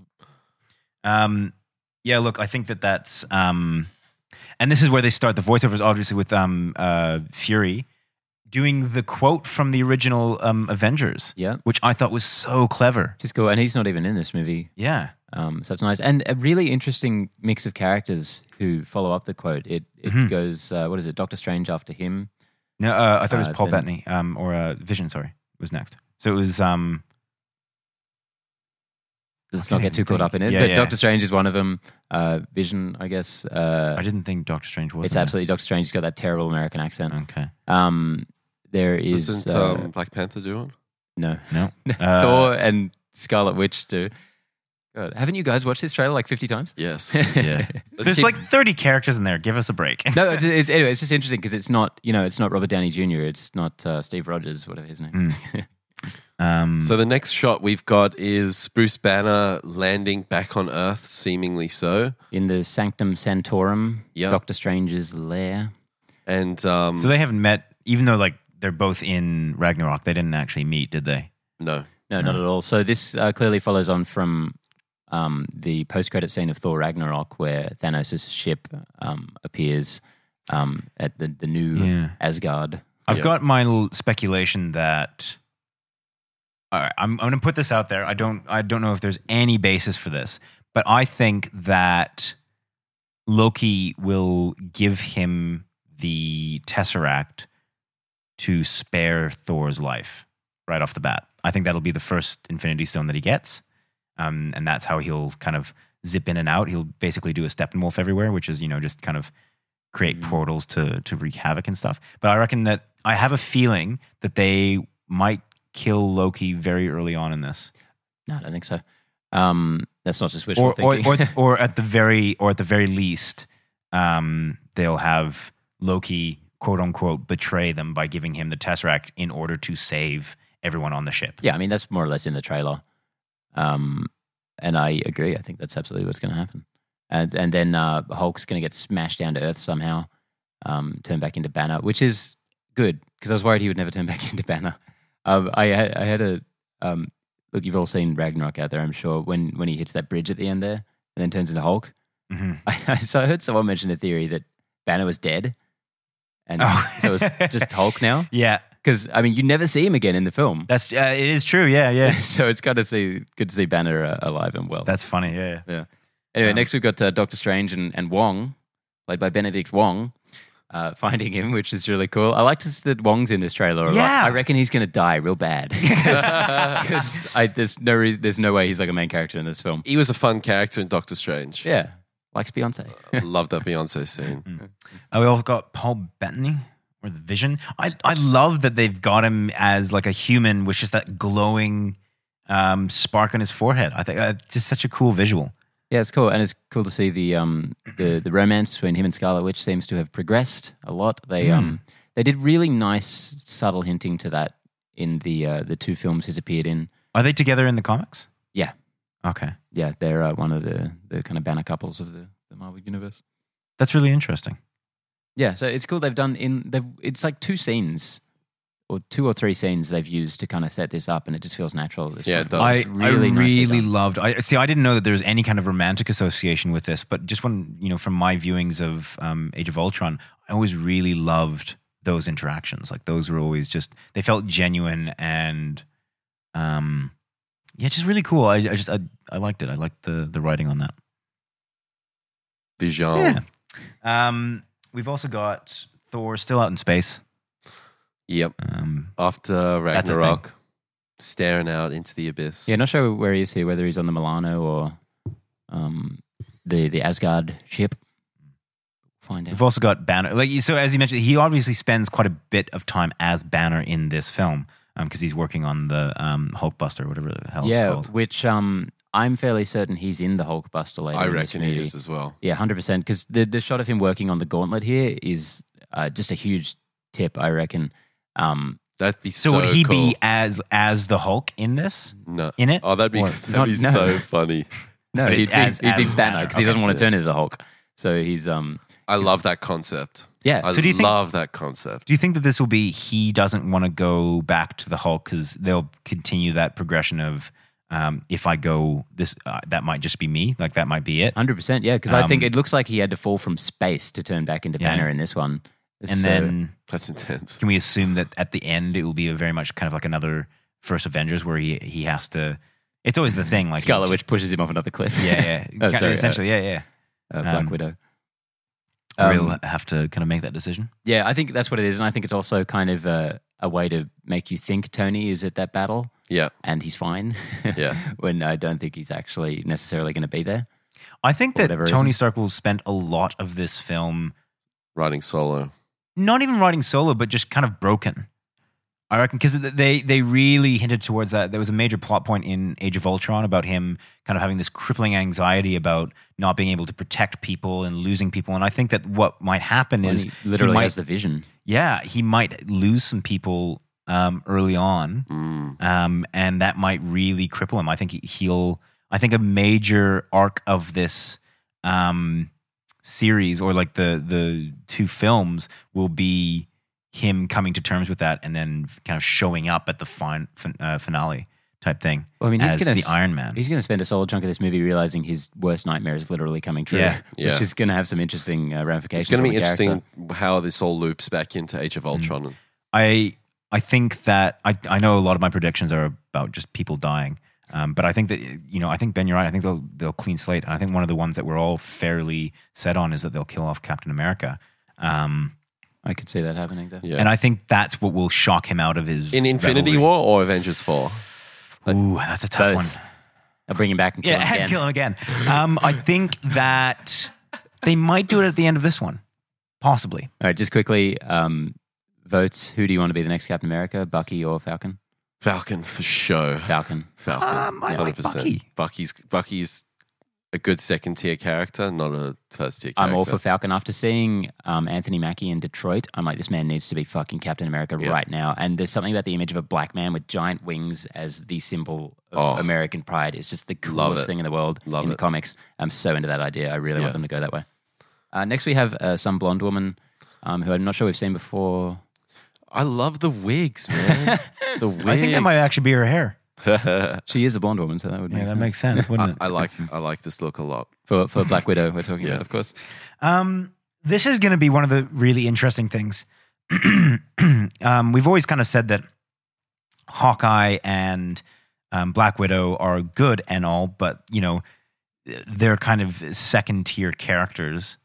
Um, yeah. Look, I think that that's. Um, and this is where they start the voiceovers, obviously, with um, uh, Fury doing the quote from the original um, Avengers,
Yeah,
which I thought was so clever.
just cool. And he's not even in this movie,
Yeah.
um, so it's nice. And a really interesting mix of characters who follow up the quote. It it
Mhm.
goes, uh, what is it? Doctor Strange after him.
No, uh, I thought it
Uh,
was Paul
then-
Bettany um, or uh, Vision. Sorry, was next. So it was. Um,
Let's
I
not get
can't
too
even
caught
think.
up in it.
Yeah,
but
yeah.
Doctor Strange is one of them. Uh, Vision, I guess. Uh,
I didn't think Doctor Strange was.
it's
in it.
absolutely Doctor Strange. He's got that terrible American accent.
okay.
Um, there is
Isn't
uh,
Mm. um, Black Panther doing?
no
No, Uh,
Thor and Scarlet Witch do. God, haven't you guys watched this trailer like fifty times?
Yes.
Yeah.
Let's
There's
keep-
like 30 characters in there. Give us a break.
no, it's, it's, anyway, it's just interesting because it's not you know it's not Robert Downey Jr. It's not uh, Steve Rogers, whatever his name. is.
Hmm. Um,
So the next shot we've got is Bruce Banner landing back on Earth, seemingly so,
In the Sanctum Sanctorum,
Yeah.
Doctor Strange's lair.
and um,
so they haven't met, even though like they're both in Ragnarok. They didn't actually meet, did they?
no,
No, not
Hmm.
at all. So this uh, clearly follows on from um, the post-credit scene of Thor Ragnarok, where Thanos' ship um, appears um, at the, the new
Yeah.
Asgard.
I've
Yeah.
got my l- speculation that. All right, I'm, I'm going to put this out there. I don't I don't know if there's any basis for this, but I think that Loki will give him the Tesseract to spare Thor's life right off the bat. I think that'll be the first Infinity Stone that he gets, um, and that's how he'll kind of zip in and out. He'll basically do a Steppenwolf everywhere, which is you know just kind of create
Mhm.
portals to to wreak havoc and stuff. But I reckon that I have a feeling that they might kill Loki very early on in this,
No, I don't think so. Um, that's not just wishful
or or,
thinking.
or or at the very or at the very least, um, they'll have Loki quote unquote betray them by giving him the Tesseract in order to save everyone on the ship.
yeah, I mean that's more or less in the trailer, um, and I agree. I think that's absolutely what's going to happen. And and then uh, Hulk's going to get smashed down to Earth somehow, um, turn back into Banner, which is good because I was worried he would never turn back into Banner. Um, I had I had a um, look. You've all seen Ragnarok out there, I'm sure. When when he hits that bridge at the end there, and then turns into Hulk.
hmm
I, so I heard someone mention a theory that Banner was dead, and
Oh.
so it's just Hulk now.
Yeah,
Because I mean, you never see him again in the film.
that's uh, it is true. Yeah, yeah,
so it's got to see good to see Banner uh, alive and well.
that's funny. Yeah, yeah.
anyway,
um,
next we've got uh, Doctor Strange and, and Wong, played by Benedict Wong. uh, finding him, which is really cool. I like to see that Wong's in this trailer a
Yeah.
lot. I reckon he's going to die real bad because there's no reason, there's no way he's like a main character in this film.
he was a fun character in Doctor Strange.
Yeah, likes Beyonce.
Uh,
Love that Beyonce scene.
Oh, we all got Paul Bettany or the Vision. I I love that they've got him as like a human with just that glowing um, spark on his forehead. I think uh, just such a cool visual.
yeah, it's cool, and it's cool to see the um the the romance between him and Scarlet Witch seems to have progressed a lot. They
Hmm.
um they did really nice subtle hinting to that in the uh, the two films he's appeared in.
Are they together in the comics?
Yeah.
Okay,
Yeah, they're uh, one of the the kind of banner couples of the, the Marvel universe.
that's really interesting.
Yeah, so it's cool. They've done in they've it's like two scenes or two or three scenes they've used to kind of set this up, and it just feels natural. at this
Yeah,
point.
it does.
I
It's
really, I
nicely
really
done.
loved. I see. I didn't know that there was any kind of romantic association with this, but just when you know, from my viewings of um, Age of Ultron, I always really loved those interactions. Like those were always just they felt genuine and, um, yeah, just really cool. I, I just I, I liked it. I liked the the writing on that.
Vision.
Yeah. Um, we've also got Thor still out in space.
Yep.
Um,
After
That's a thing.
Ragnarok, staring out into the abyss.
Yeah, not sure where he is here, whether he's on the Milano or um, the the Asgard ship. Find out.
We've also got Banner. Like so, as you mentioned, he obviously spends quite a bit of time as Banner in this film because he's working on the um, Hulkbuster, whatever the hell
yeah,
it's called.
which um, I'm fairly certain he's in the Hulkbuster later.
I
in this
reckon he
movie.
is as well.
Yeah, hundred percent. Because the the shot of him working on the gauntlet here is uh, just a huge tip. I reckon. Um,
That'd be
So,
so,
would he
cool.
be as as the Hulk in this?
No.
In it?
Oh, that'd be,
Or-
that'd
not-
be
no.
so funny.
No,
But
he
it's as-
thinks, he thinks
as
Banner
Banner.
because he doesn't
Okay.
want to turn into the Hulk. So he's um
I love that concept.
yeah
I
So do you think-
love that concept.
Do you think that this will be he doesn't want to go back to the Hulk because they'll continue that progression of um, if I go this uh, that might just be me, like that might be it.
hundred percent yeah because I think
Um,
it looks like he had to fall from space to turn back into
Yeah.
Banner in this one.
And
So-
then
That's intense.
can we assume that at the end it will be a very much kind of like another first Avengers where he he has to. It's always the thing, like
Scarlet Witch pushes him off another cliff.
Yeah, yeah.
Oh,
Kinda
sorry, uh,
essentially, yeah, yeah.
uh, Black
Um,
Widow.
we'll
Um,
have to kind of make that decision.
yeah, I think that's what it is, and I think it's also kind of a, a way to make you think Tony is at that battle
Yeah.
and he's fine.
Yeah.
when I don't think he's actually necessarily going to be there.
I think
For
that
whatever
Tony
reason.
Stark will spend a lot of this film
Riding solo.
not even writing solo, but just kind of broken. I reckon because they they really hinted towards that. There was a major plot point in Age of Ultron about him kind of having this crippling anxiety about not being able to protect people and losing people. And I think that what might happen
When
is
he literally
might-
has the vision.
yeah, he might lose some people um, early on,
Mm.
um, and that might really cripple him. I think he'll. I think a major arc of this um, series, or like the the two films, will be him coming to terms with that, and then kind of showing up at the fin- fin- uh, finale type thing
Well, I mean, he's
as
going
the
to
Iron Man.
He's going to spend a solid chunk of this movie realizing his worst nightmare is literally coming true,
Yeah.
Yeah.
which is going to have some interesting uh, ramifications.
It's going to
on
be
the character. Mm.
interesting how this all loops back into Age of Ultron.
I I think that I I know a lot of my predictions are about just people dying. Um, but I think that you know, I think Ben, you're right. I think they'll they'll clean slate, and I think one of the ones that we're all fairly set on is that they'll kill off Captain America. Um,
I could see that happening. Though.
Yeah.
And I think that's what will shock him out of his
in Infinity
revelry.
War or Avengers 4?
Ooh, that's a tough
Both.
one.
I'll bring him back and kill
Yeah,
him again.
and kill him again. Um, I think that they might do it at the end of this one, possibly.
All right, just quickly, um, votes. Who do you want to be the next Captain America, Bucky or Falcon?
Falcon for show.
Falcon.
Falcon.
Um, I like Bucky.
Bucky's, Bucky's a good second tier character, not a first tier character.
I'm all for Falcon. After seeing um, Anthony Mackie in Detroit, I'm like, this man needs to be fucking Captain America
Yeah.
right now. And there's something about the image of a black man with giant wings as the symbol of
Oh.
American pride. It's just the
it.
coolest thing in the world
Love
in the
it.
comics. I'm so into that idea. I really
Yeah.
want them to go that way. Uh, next, we have uh, some blonde woman um, who I'm not sure we've seen before.
I love the wigs, man. the wigs.
I think that might actually be her hair.
She is a blonde woman, so that would
Yeah,
make
that
sense.
makes sense, wouldn't
I,
it?
I like I like this look a lot.
for, for Black Widow, we're talking
Yeah.
about, of course.
Um, this is going to be one of the really interesting things. um, we've always kind of said that Hawkeye and um, Black Widow are good and all, but you know they're kind of second tier characters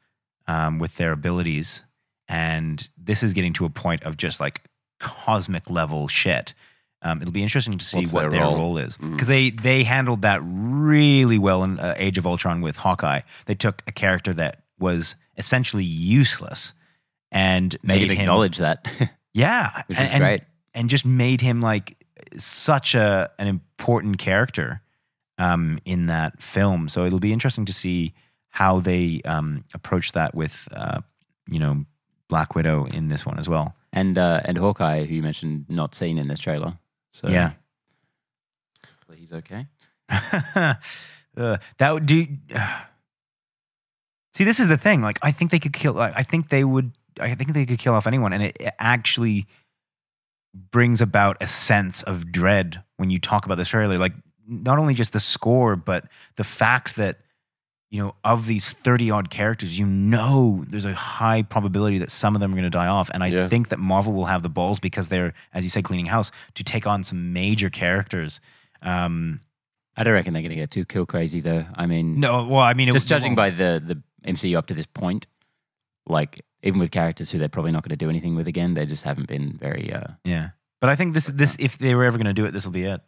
um, with their abilities. and this is getting to a point of just like cosmic level shit. Um, it'll be interesting to see
What's
what
their
their,
role? Mm.
role? is because they they handled that really well in uh, Age of Ultron with Hawkeye. They took a character that was essentially useless and
Made
made
him
him
acknowledge that,
yeah,
which
and-
is
and-
great.
and just made him like such a an important character um, in that film. So it'll be interesting to see how they um, approach that with uh, you know Black Widow in this one as well.
And uh, and Hawkeye, who you mentioned, not seen in this trailer. So
Yeah.
hopefully he's okay.
uh, that would do. see, this is the thing. Like, I think they could kill. Like, I think they would. I think they could kill off anyone, and it, it actually brings about a sense of dread when you talk about this trailer. Like, not only just the score, but the fact that you know of these thirty odd characters, you know, there's a high probability that some of them are going to die off, and I
Yeah.
think that Marvel will have the balls because they're, as you say, cleaning house to take on some major characters. Um,
I don't reckon they're going to get too kill crazy though. I mean,
no, well, I mean, it
just
w-
judging by the the MCU up to this point, like even with characters who they're probably not going to do anything with again, they just haven't been very. Uh,
yeah. But I think this this if they were ever going to do it, this will be it.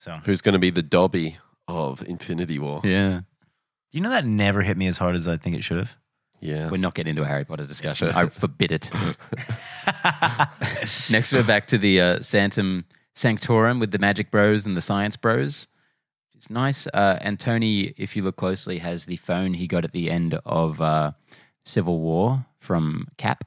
So
Who's going to be the Dobby of Infinity War? Yeah.
yeah,
you know that never hit me as hard as I think it should have.
we're not getting into a Harry Potter discussion. I forbid it.
I
Next, we're back to the uh, Santum Sanctorum with the Magic Bros and the Science Bros. It's nice. Uh, and Tony, if you look closely, has the phone he got at the end of uh, Civil War from Cap,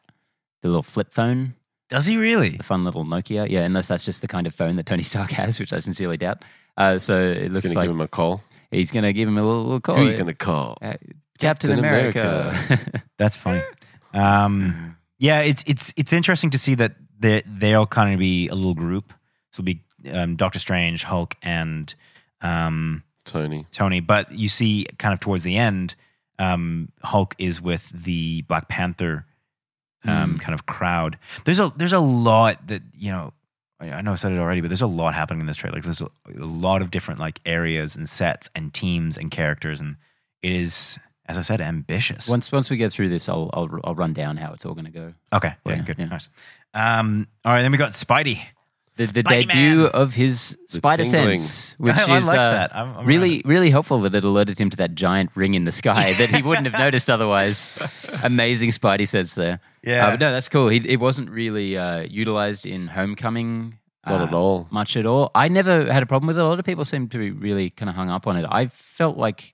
the little flip phone,
Does he really?
the fun little Nokia. Yeah, unless that's just the kind of phone that Tony Stark has, which I sincerely doubt. Uh, so it
He's
looks
going to
like Oh,
give him a call.
he's going to give him a little, little call.
Who are you going to call?
Uh, Captain,
Captain
America.
That's funny. Um, yeah, it's it's it's interesting to see that they they'll kind of be a little group. So it'll be um, Doctor Strange, Hulk, and um,
Tony.
Tony. But you see, kind of towards the end, um, Hulk is with the Black Panther
Hmm.
um, kind of crowd. There's a there's a lot that you know. I I know I said it already, but there's a lot happening in this trailer. Like, there's a, a lot of different like areas and sets and teams and characters, and it is, as I said, ambitious.
once, once we get through this, I'll, I'll, I'll run down how it's all going to go.
okay, yeah,
Yeah,
good,
yeah.
nice. Um, all right, then we got Spidey.
the, the
Spider-Man.
debut of his
The
spider
tingling.
sense, which
I, I
is
like
uh,
that. I'm, I'm
really, really helpful that it alerted him to that giant ring in the sky that he wouldn't have noticed otherwise. Amazing Spidey sense there.
Yeah.
Uh, but no, that's cool. He, it wasn't really uh, utilized in Homecoming.
Not
uh,
at all.
Much at all. I never had a problem with it. A lot of people seem to be really kind of hung up on it. I felt like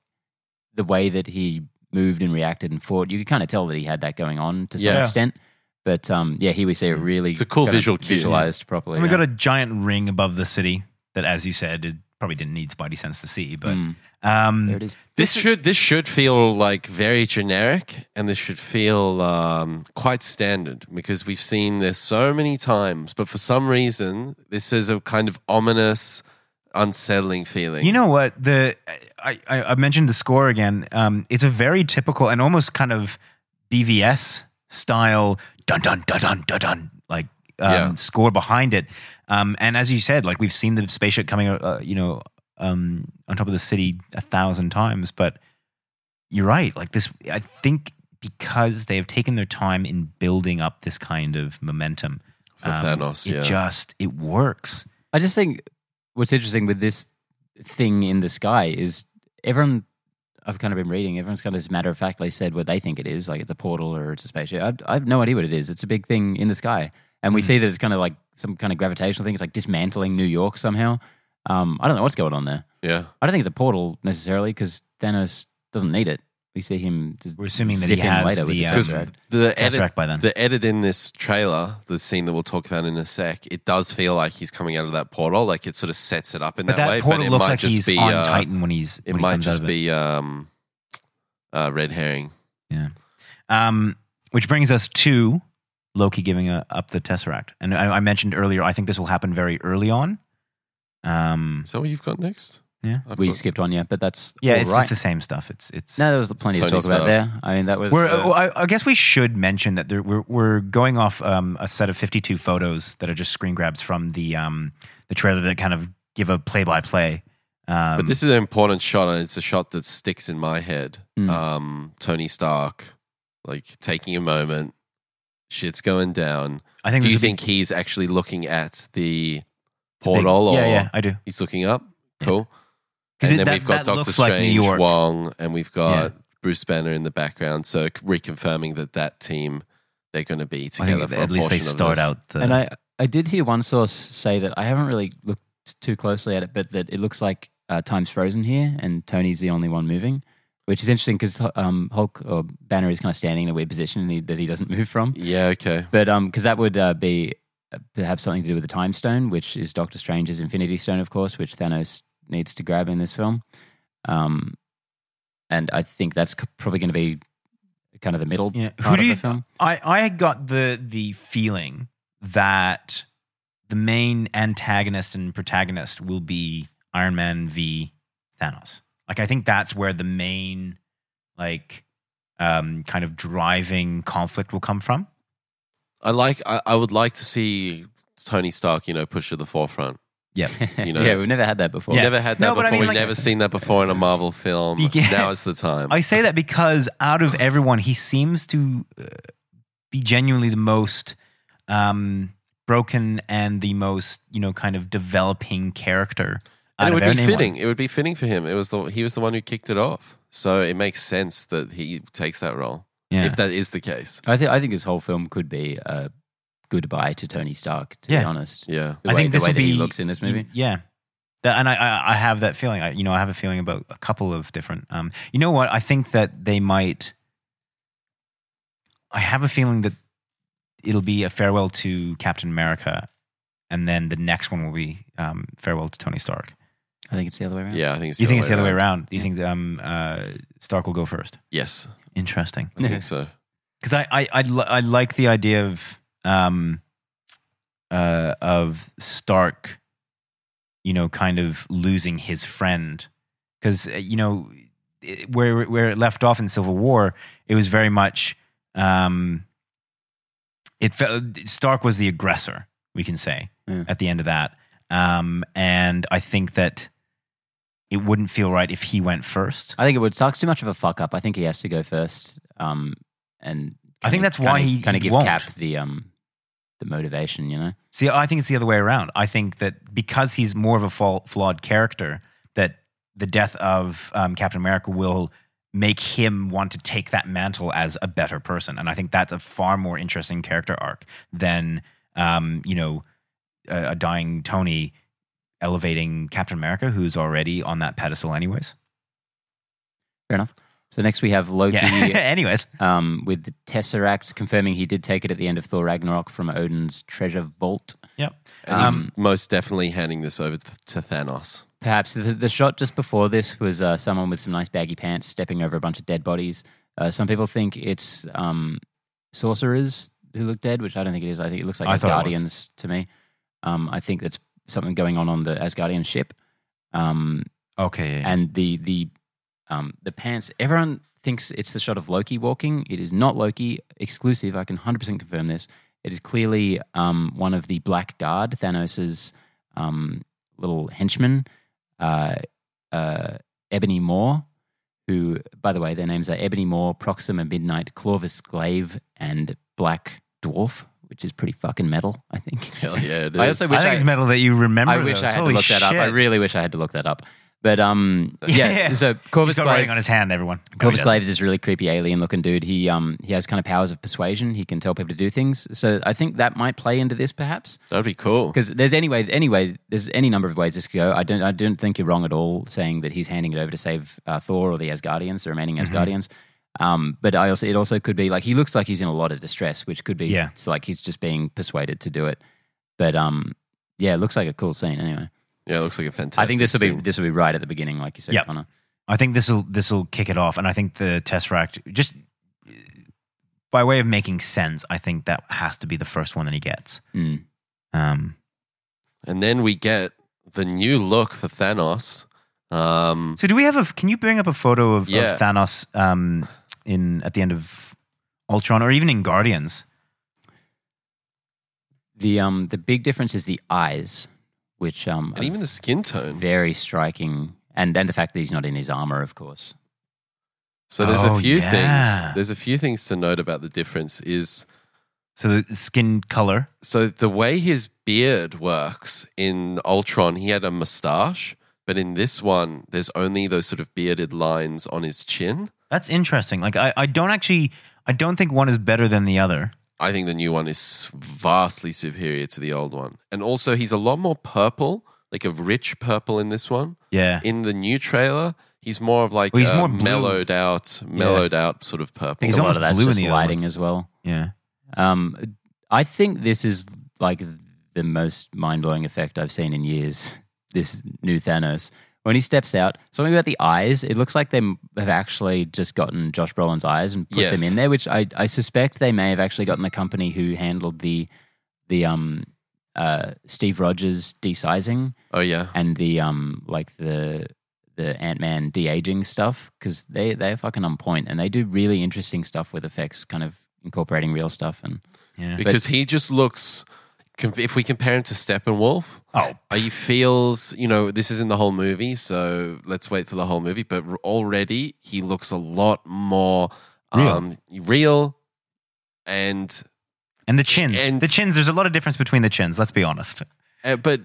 the way that he moved and reacted and fought, you could kind of tell that he had that going on to some
Yeah.
extent. But um, yeah, here we see it really.
Mm. It's a cool
kind of
visual cue.
Visualized properly.
And we
yeah.
got a giant ring above the city that, as you said, it probably didn't need Spidey sense to see, but
Mm,
um,
there it is.
This should this should feel like very generic, and this should feel um, quite standard because we've seen this so many times. But for some reason, this is a kind of ominous, unsettling feeling.
You know what? The I, I, I mentioned the score again. Um, it's a very typical and almost kind of BVS style dun dun dun dun dun dun like um,
Yeah.
score behind it. Um, and as you said, like we've seen the spaceship coming, uh, you know, um, on top of the city a thousand times. But you're right. Like this, I think because they have taken their time in building up this kind of momentum um,
For Thanos,
it
yeah.
just it works.
I just think what's interesting with this thing in the sky is everyone I've kind of been reading, everyone's kind of just matter of factly said what they think it is, like it's a portal or it's a spaceship. I, I have no idea what it is. It's a big thing in the sky. And we see that it's kind of like some kind of gravitational thing. It's like dismantling New York somehow. Um, I don't know what's going on there.
yeah,
I don't think it's a portal necessarily because Thanos doesn't need it. We see him. Just
We're assuming that
zip
he
in
has
later with
the,
the
uh,
because
Tesseract.
the edit,
Tesseract by then.
the edit in this trailer, the scene that we'll talk about in a sec, it does feel like he's coming out of that portal. Like it sort of sets it up in
But
that,
that,
way.
portal
but it
looks
might
like
just
he's
be
on
uh,
Titan when he's
It
when he
might
comes
just
out of
be um, uh, red herring.
It. Um, which brings us to Loki giving uh up the Tesseract, and I, I mentioned earlier. I think this will happen very early on. Um,
Is that what you've got next?
Yeah.
I've
We
got-
skipped on, yeah, but that's
yeah,
all
it's
right.
just the same stuff. It's it's.
no, there was plenty to
Tony
talk about
Stark.
there. I mean, that was.
We're,
uh,
well, I, I guess we should mention that there, we're we're going off um, a set of fifty-two photos that are just screen grabs from the um, the trailer that kind of give a play-by-play. Um,
But this is an important shot, and it's a shot
Hmm.
that sticks in my head.
Mm.
Um, Tony Stark, like taking a moment, shit's going down.
I think
Do
there's
you
a
think
big-
he's actually looking at the
big-
portal or
Yeah, yeah, I do.
he's looking up?
Yeah.
Cool.
'Cause
And then
it- that-
we've got
that
Doctor
looks like New
Strange,
York.
Wong, and we've got Bruce Banner in the background. So c- reconfirming that that team they're going to be
I
together
think
for
at
a
least they
portion of
start
this.
out the.
And I, I did hear one source say that I haven't really looked too closely at it, but that it looks like uh, time's frozen here and Tony's the only one moving, which is interesting because um, Hulk or Banner is kind of standing in a weird position and he, that he doesn't move from.
Yeah. Okay.
But because that would uh, be uh, have something to do with the time stone, which is Doctor Strange's Infinity Stone, of course, which Thanos needs to grab in this film. Um, and I think that's c- probably going to be kind of the middle
Yeah. Who
part
do
of
you-
the film.
I I got the the feeling that the main antagonist and protagonist will be Iron Man v Thanos. Like I think that's where the main like um kind of driving conflict will come from.
I like. I, I would like to see Tony Stark, you know, push to the forefront.
Yeah.
You know-
yeah, we've never had that before.
We've
Yeah.
never had that
No, but I
before.
mean,
We've
like-
never seen that before in a Marvel film.
Yeah.
Now is the time.
I say that because out of everyone he seems to uh, be genuinely the most um broken and the most, you know, kind of developing character.
and it
out of
would be
anyone.
fitting. It would be fitting for him. It was the he was the one who kicked it off. So it makes sense that he takes that role
Yeah.
if that is the case.
I think I think this whole film could be a goodbye to Tony Stark. To
Yeah.
be honest,
Yeah.
the
I
way,
think
the
this
way
will
that he
be-
looks in this movie.
Y- Yeah. That, and I, I, I have that feeling. I, you know, I have a feeling about a couple of different. Um, you know what? I think that they might. I have a feeling that it'll be a farewell to Captain America, and then the next one will be um, farewell to Tony Stark.
I think it's the other way around.
Yeah. I think it's.
Do you think it's the
uh,
other way around? Do you
Yeah.
think um, uh, Stark will go first?
Yes,
Interesting.
I think so.
because I I I, li- I like the idea of um uh of Stark, you know, kind of losing his friend because you know it- where where it left off in Civil War, it was very much um it felt Stark was the aggressor, we can say
Yeah.
at the end of that, um and I think that it wouldn't feel right if he went first.
I think it would. Stark's too much of a fuck up. I think he has to go first. Um, and
I think that's why he-
kind
he
of give
won't.
Cap the um the motivation. You know,
See, I think it's the other way around. I think that because he's more of a fa- flawed character, that the death of um, Captain America will make him want to take that mantle as a better person, and I think that's a far more interesting character arc than um, you know a, a dying Tony elevating Captain America, who's already on that pedestal, anyways.
fair enough. So next we have Loki.
Yeah. anyways,
um, with the Tesseract confirming he did take it at the end of Thor Ragnarok from Odin's treasure vault.
And
Um,
he's most definitely handing this over th- to Thanos.
Perhaps the, the shot just before this was uh, someone with some nice baggy pants stepping over a bunch of dead bodies. Uh, some people think it's um, sorcerers who look dead, which I don't think it is. I think it looks like
I thought it
Asgardians to me. Um, I think that's something going on on the Asgardian ship. Um,
okay, yeah,
and the the um, the pants. Everyone thinks it's the shot of Loki walking. It is not Loki exclusive. I can hundred percent confirm this. It is clearly um, one of the Black Guard, Thanos's um, little henchman, uh, uh, Ebony Moore. Who, by the way, their names are Ebony Moore, Proxima Midnight, Clovis Glaive, and Black Dwarf, which is pretty fucking metal. I think.
Hell yeah, it is.
I also
I
wish
think
I-
it's metal that you remember.
I wish
those.
I had
Holy
to look that up. I
shit.
really wish I had to look that up. But um, yeah.
Yeah.
So
He's
Corvus
got writing
Glaive,
on his hand, everyone. No, he
Corvus
doesn't.
Glaive is this really creepy alien looking dude. He um he has kind of powers of persuasion. He can tell people to do things. So I think that might play into this perhaps
That'd be cool.
because there's any way anyway there's any number of ways this could go. I don't I don't think you're wrong at all saying that he's handing it over to save uh, Thor or the Asgardians, the remaining
Mhm.
Asgardians. Um, but I also it also could be like he looks like he's in a lot of distress, which could be
Yeah.
it's like he's just being persuaded to do it. But um yeah, it looks like a cool scene anyway.
Yeah, it looks like a fantastic.
I think this will be
scene.
this will be right at the beginning, like you said,
Yeah.
Connor.
I think this will this will kick it off, and I think the Tesseract just uh, by way of making sense. I think that has to be the first one that he gets.
Mm.
Um,
And then we get the new look for Thanos. Um,
so do we have a? Can you bring up a photo of,
Yeah.
of Thanos um, in at the end of Ultron, or even in Guardians?
The um the big difference is the eyes, which um
and
are
even the skin tone.
very striking, and and the fact that he's not in his armor, of course.
So there's
Oh,
a few
yeah.
things. There's a few things to note about the difference. Is
So the skin color.
So the way his beard works in Ultron, he had a mustache, but in this one, there's only those sort of bearded lines on his chin.
That's interesting. Like I, I don't actually I don't think one is better than the other.
I think the new one is vastly superior to the old one. And also, he's a lot more purple, like a rich purple in this one.
Yeah.
In the new trailer, he's more of like
Well, he's
a
more blue.
mellowed out, mellowed out sort of purple.
He's
a lot
almost
of that's
blue in
just
the other one.
lighting as well.
yeah.
Um, I think this is like the most mind blowing effect I've seen in years. This new Thanos. When he steps out, something about the eyes, it looks like they m- have actually just gotten Josh Brolin's eyes and put
Yes.
them in there, which I, I suspect they may have actually gotten the company who handled the the um uh Steve Rogers desizing
Oh yeah,
and the um like the the Ant Man de aging stuff because they they're fucking on point and they do really interesting stuff with effects, kind of incorporating real stuff and
Yeah.
because he just looks. If we compare him to Steppenwolf,
Oh,
Uh, He feels, you know, this isn't the whole movie, so let's wait for the whole movie. But r- already he looks a lot more um, real. and
and the chins.
And-
the chins. There's a lot of difference between the chins. Let's be honest.
uh, but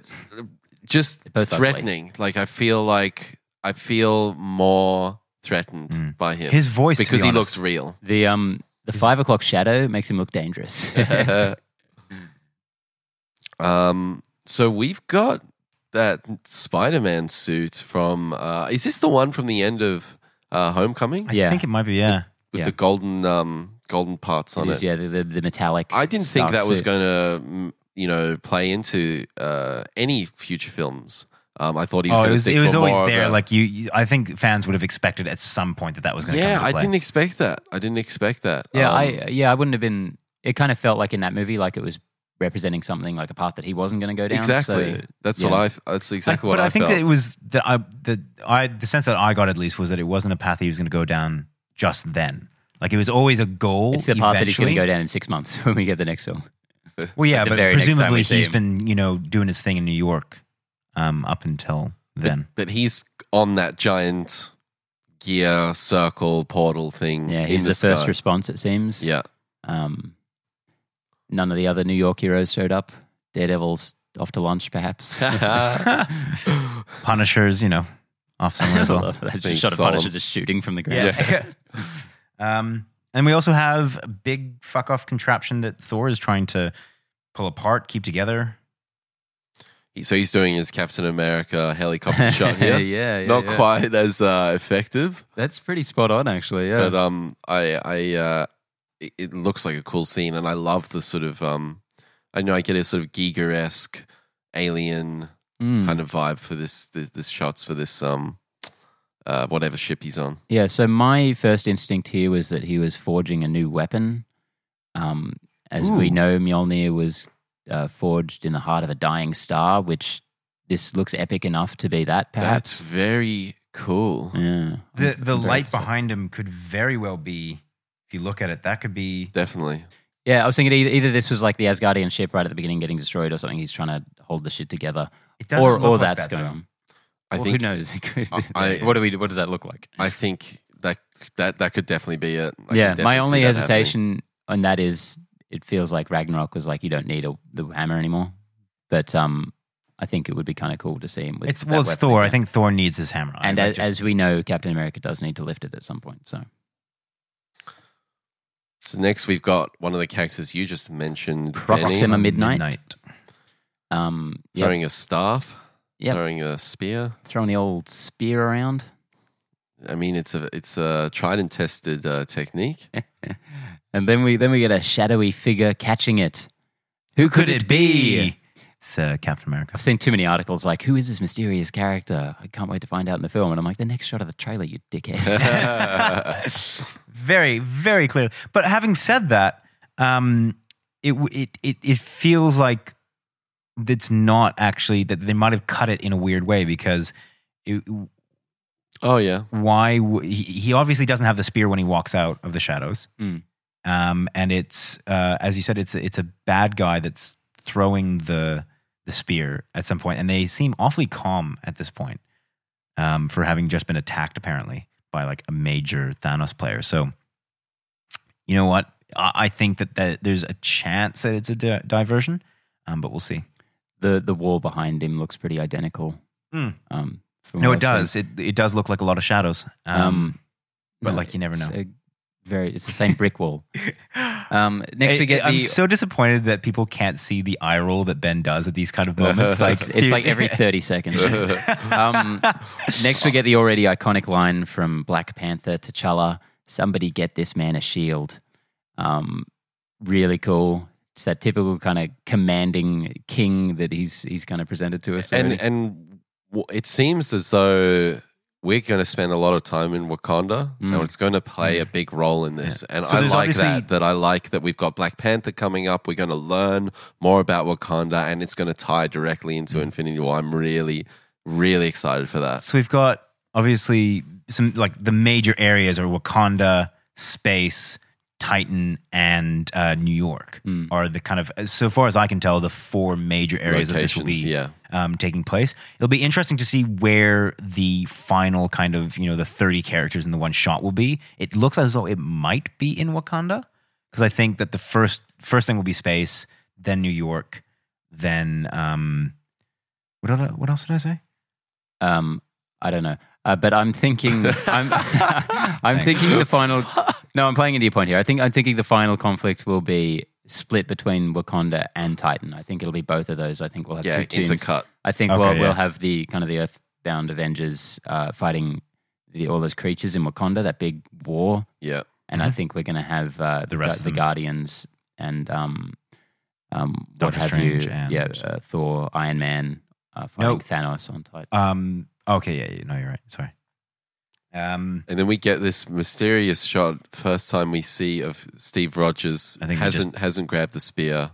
just
They're both
threatening. Like I feel like I feel more threatened
Mm.
by him
His voice, to
because
be
he
honest-
looks real.
The um the five o'clock shadow makes him look dangerous.
um, so we've got that Spider-Man suit from. Uh, is this the one from the end of uh, Homecoming?
I
Yeah.
think it might be. Yeah.
with
Yeah.
the golden um golden parts on
It is,
it.
yeah, the, the, the metallic.
I didn't think
stark
that was
suit.
going to you know play into uh, any future films. Um, I thought he was
oh, it
going to
was,
stick
it was
for
always
more
there.
of a-
Like you, you, I think fans would have expected at some point that that was going to
yeah,
come
I
into play.
didn't expect that. I didn't expect that.
Yeah,
Um,
I yeah, I wouldn't have been. It kind of felt like in that movie, like it was representing something like a path that he wasn't going to go down.
exactly.
So,
that's
yeah.
what I. f- That's exactly what
Like, but
I,
I, think
felt.
that it was that I the I the sense that I got at least was that it wasn't a path he was going to go down just then. Like it was always a goal.
it's the path that he's going
eventually.
to go down in six months when we get the next film.
Well, yeah,
the
but
very next time
presumably
we see
he's
him.
been you know doing his thing in New York um, up until then.
but he's on that giant gear circle portal thing.
Yeah,
in
he's the, first
sky.
response. It seems.
Yeah,
Um, none of the other New York heroes showed up. Daredevil's off to lunch, perhaps.
Punishers, you know, off somewhere as well.
That
Being
shot of
solemn.
Punisher just shooting from the ground.
Yeah. um, and we also have a big fuck off contraption that Thor is trying to pull apart, keep together.
so he's doing his Captain America helicopter shot here.
yeah, yeah,
Not
yeah.
quite as uh, effective,
That's pretty spot on, actually. Yeah.
but um, I I uh, it, it looks like a cool scene, and I love the sort of um, I know I get a sort of Giger esque alien
Mm.
kind of vibe for this, this this shots for this um, uh, whatever ship he's on.
Yeah. So my first instinct here was that he was forging a new weapon. Um, as we
Ooh.
know, Mjolnir was uh, forged in the heart of a dying star, which this looks epic enough to be that.
That's
Perhaps. Hmm.
very cool.
yeah.
The
I'm-
the
I'm very
light
upset.
behind him could very well be, if you look at it, that could be.
Definitely.
Yeah, I was thinking either, either this was like the Asgardian ship right at the beginning getting destroyed, or something. He's trying to hold the shit together,
It doesn't
or
look
or
like
that's
that,
going
though.
on.
I
Well,
think
who knows? It could-
I-
what do we? What does that look like?
I think that that that could definitely be it. I
yeah,
can
my
definitely
only
see that happening.
hesitation on that is it feels like Ragnarok was like you don't need a, the hammer anymore, but um, I think it would be kind of cool to see him with.
It's
that
well, it's
weapon
Thor. I
again.
think Thor needs his hammer.
and
I- I
as,
just-
as we know, Captain America does need to lift it at some point. So
So next we've got one of the characters you just mentioned,
Proxima
Benny,
Midnight. um, yeah,
throwing a staff,
Yep.
throwing a spear.
throwing the old spear around.
I mean, it's a it's a tried and tested uh, technique.
And then we then we get a shadowy figure catching it. Who could, it be?
It's uh, Captain America.
I've seen too many articles like, who is this mysterious character? I can't wait to find out in the film. And I'm like, the next shot of the trailer, you dickhead.
very, very clear. But having said that, um, it, w- it it it feels like it's not actually that they might have cut it in a weird way because it,
oh yeah,
why w- he, he obviously doesn't have the spear when he walks out of the shadows,
Mm.
um, and it's uh, as you said, it's a- it's a bad guy that's throwing the the spear at some point, and they seem awfully calm at this point um, for having just been attacked apparently by like a major Thanos player. So you know what? I, I think that, that there's a chance that it's a di- diversion, um, but we'll see.
The the wall behind him looks pretty identical.
Hmm.
Um, from
No,
what
it
I've seen.
does. It it does look like a lot of shadows. Um,
Um,
but, like, you never
it's
know.
a very, it's the same brick wall. Um, next
I-
we get
I- I'm
the.
so disappointed that people can't see the eye roll that Ben does at these kind of moments. like
it's, it's like every thirty seconds. um, next we get the already iconic line from Black Panther T'Challa: "Somebody get this man a shield." Um, really cool. It's that typical kind of commanding king that he's he's kind of presented to us.
and
already.
and w- it seems as though we're going to spend a lot of time in Wakanda,
Mm.
and it's going to play a big role in this. And
So
I
there's
like
obviously-
that. That I like that we've got Black Panther coming up. We're going to learn more about Wakanda, and it's going to tie directly
Mm.
into Infinity War. I'm really, really excited for that.
So we've got obviously some like the major areas are Wakanda, space, Titan, and uh, New York
Mm.
are the kind of so far as I can tell the four major areas that this will be
Locations, yeah.
um, taking place. It'll be interesting to see where the final kind of you know the thirty characters in the one shot will be. It looks as though it might be in Wakanda because I think that the first first thing will be space, then New York, then um, what other, what else did I say?
um, I don't know, uh, but I'm thinking, I'm, I'm
Thanks.
thinking the final. No, I'm playing into your point here. I think I'm thinking the final conflict will be split between Wakanda and Titan. I think it'll be both of those. I think we'll have
Yeah,
two teams.
it's a cut.
I think
Okay,
we'll
yeah.
we'll have the kind of the Earthbound Avengers uh, fighting the, all those creatures in Wakanda, that big war,
Yeah,
and I
Mhm.
think we're going to have uh, the
rest
Gu-
of
the
them.
Guardians and um, um, what
Doctor
have
Strange
you?
and-
yeah, uh, Thor, Iron Man uh, fighting
Nope.
Thanos on Titan.
Um. Okay. Yeah. yeah no, you're right. Sorry. Um.
and then we get this mysterious shot. First time we see of Steve Rogers
I think we
hasn't hasn't grabbed the spear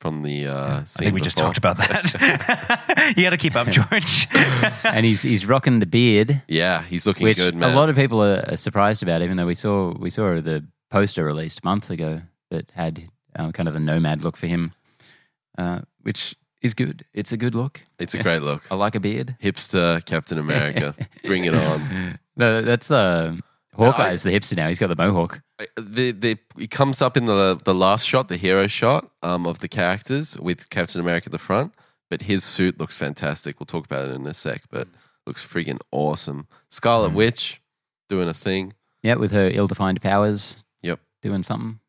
from the. Uh,
I
scene
think we just
before.
talked about that. you got to keep up, George.
and he's he's rocking the beard.
Yeah, he's looking
which
good, man.
a lot of people are are surprised about, even though we saw we saw the poster released months ago that had um, kind of a nomad look for him, uh, which is good. It's a good look.
it's a great look.
I like a beard.
Hipster Captain America, bring it on.
No, that's uh, Hawkeye's the hipster now. He's got the mohawk.
The, the, it comes up in the the last shot, the hero shot um, of the characters with Captain America at the front, but his suit looks fantastic. We'll talk about it in a sec, but
Mm.
looks freaking awesome. Scarlet
Mm.
Witch doing a thing.
Yeah, with her ill-defined powers.
Yep.
doing something.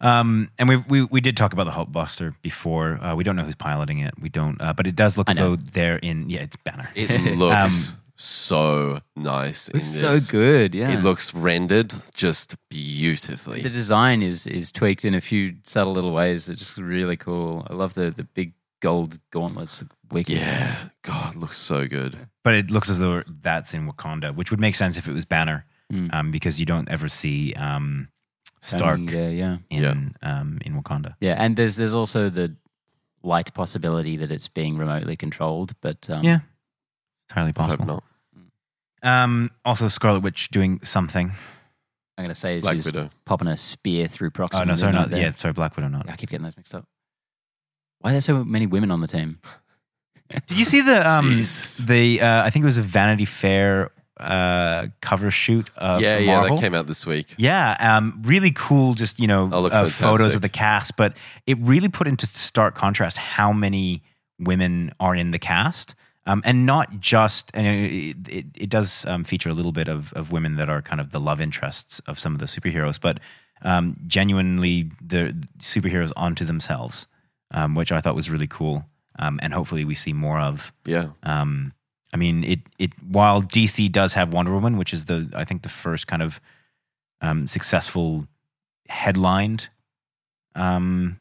um. And we we we did talk about the Hulkbuster before. Uh, we don't know who's piloting it. We don't. Uh, but it does look
I
as
know.
though they're in. Yeah, it's Banner.
It looks so nice in
It's
this.
Um, so good. Yeah,
It looks rendered just
the
beautifully.
design is is tweaked in a few subtle little ways. It's just really cool. I love the the big gold gauntlets. Wicked.
Yeah, God, looks so good.
But it looks as though that's in Wakanda, which would make sense if it was Banner,
Mm.
um, because you don't ever see um, Stark
Stark. Yeah, uh, yeah.
in um, in Wakanda.
Yeah, and there's there's also the light possibility that it's being remotely controlled, but um,
Yeah. Entirely
I hope
possible.
not.
Um, also, Scarlet Witch doing something.
I'm gonna say
Black
she's
Widow.
popping a spear through Proxima.
Oh no, sorry,
Midnight
not
there.
yeah, sorry, Black Widow, not.
I keep getting those mixed up. Why are there so many women on the team?
Did you see the um
Jeez.
the uh, I think it was a Vanity Fair uh cover shoot of
yeah, yeah,
uh, Marvel?
that came out this week.
Yeah, um, really cool. Just you know,
Oh, looks
uh, photos
fantastic.
of the cast, but it really put into stark contrast how many women are in the cast, um, and not just. And it, it, it does um, feature a little bit of of women that are kind of the love interests of some of the superheroes, but um, genuinely the superheroes onto themselves, um, which I thought was really cool, um, and hopefully we see more of.
Yeah.
Um, I mean, it it while DC does have Wonder Woman, which is the I think the first kind of um, successful headlined um,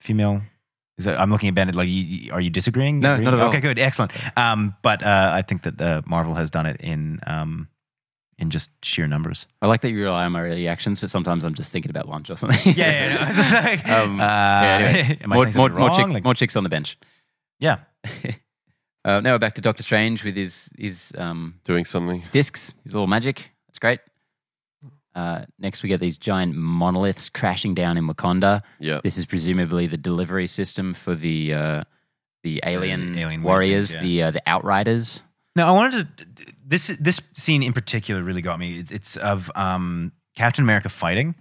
female. Is that, I'm looking at Bennett. Like, you- you, are you disagreeing?
No,
Agreeing?
not at all.
Okay, good, excellent. Um, but uh, I think that uh, Marvel has done it in um, in just sheer numbers.
I like that you rely on my reactions, but sometimes I'm just thinking about lunch or something. Um, yeah, anyway, more, more, more, chick- more chicks on the bench.
yeah.
Uh, now we're back to Doctor Strange with his his um,
Doing something.
his discs. He's all magic. That's great. Uh, next, we get these giant monoliths crashing down in Wakanda.
Yeah.
This is presumably the delivery system for the uh, the alien,
The alien
warriors,
weapons,
the uh, the outriders.
Now, I wanted to. This this scene in particular really got me. It's, it's of um, Captain America fighting.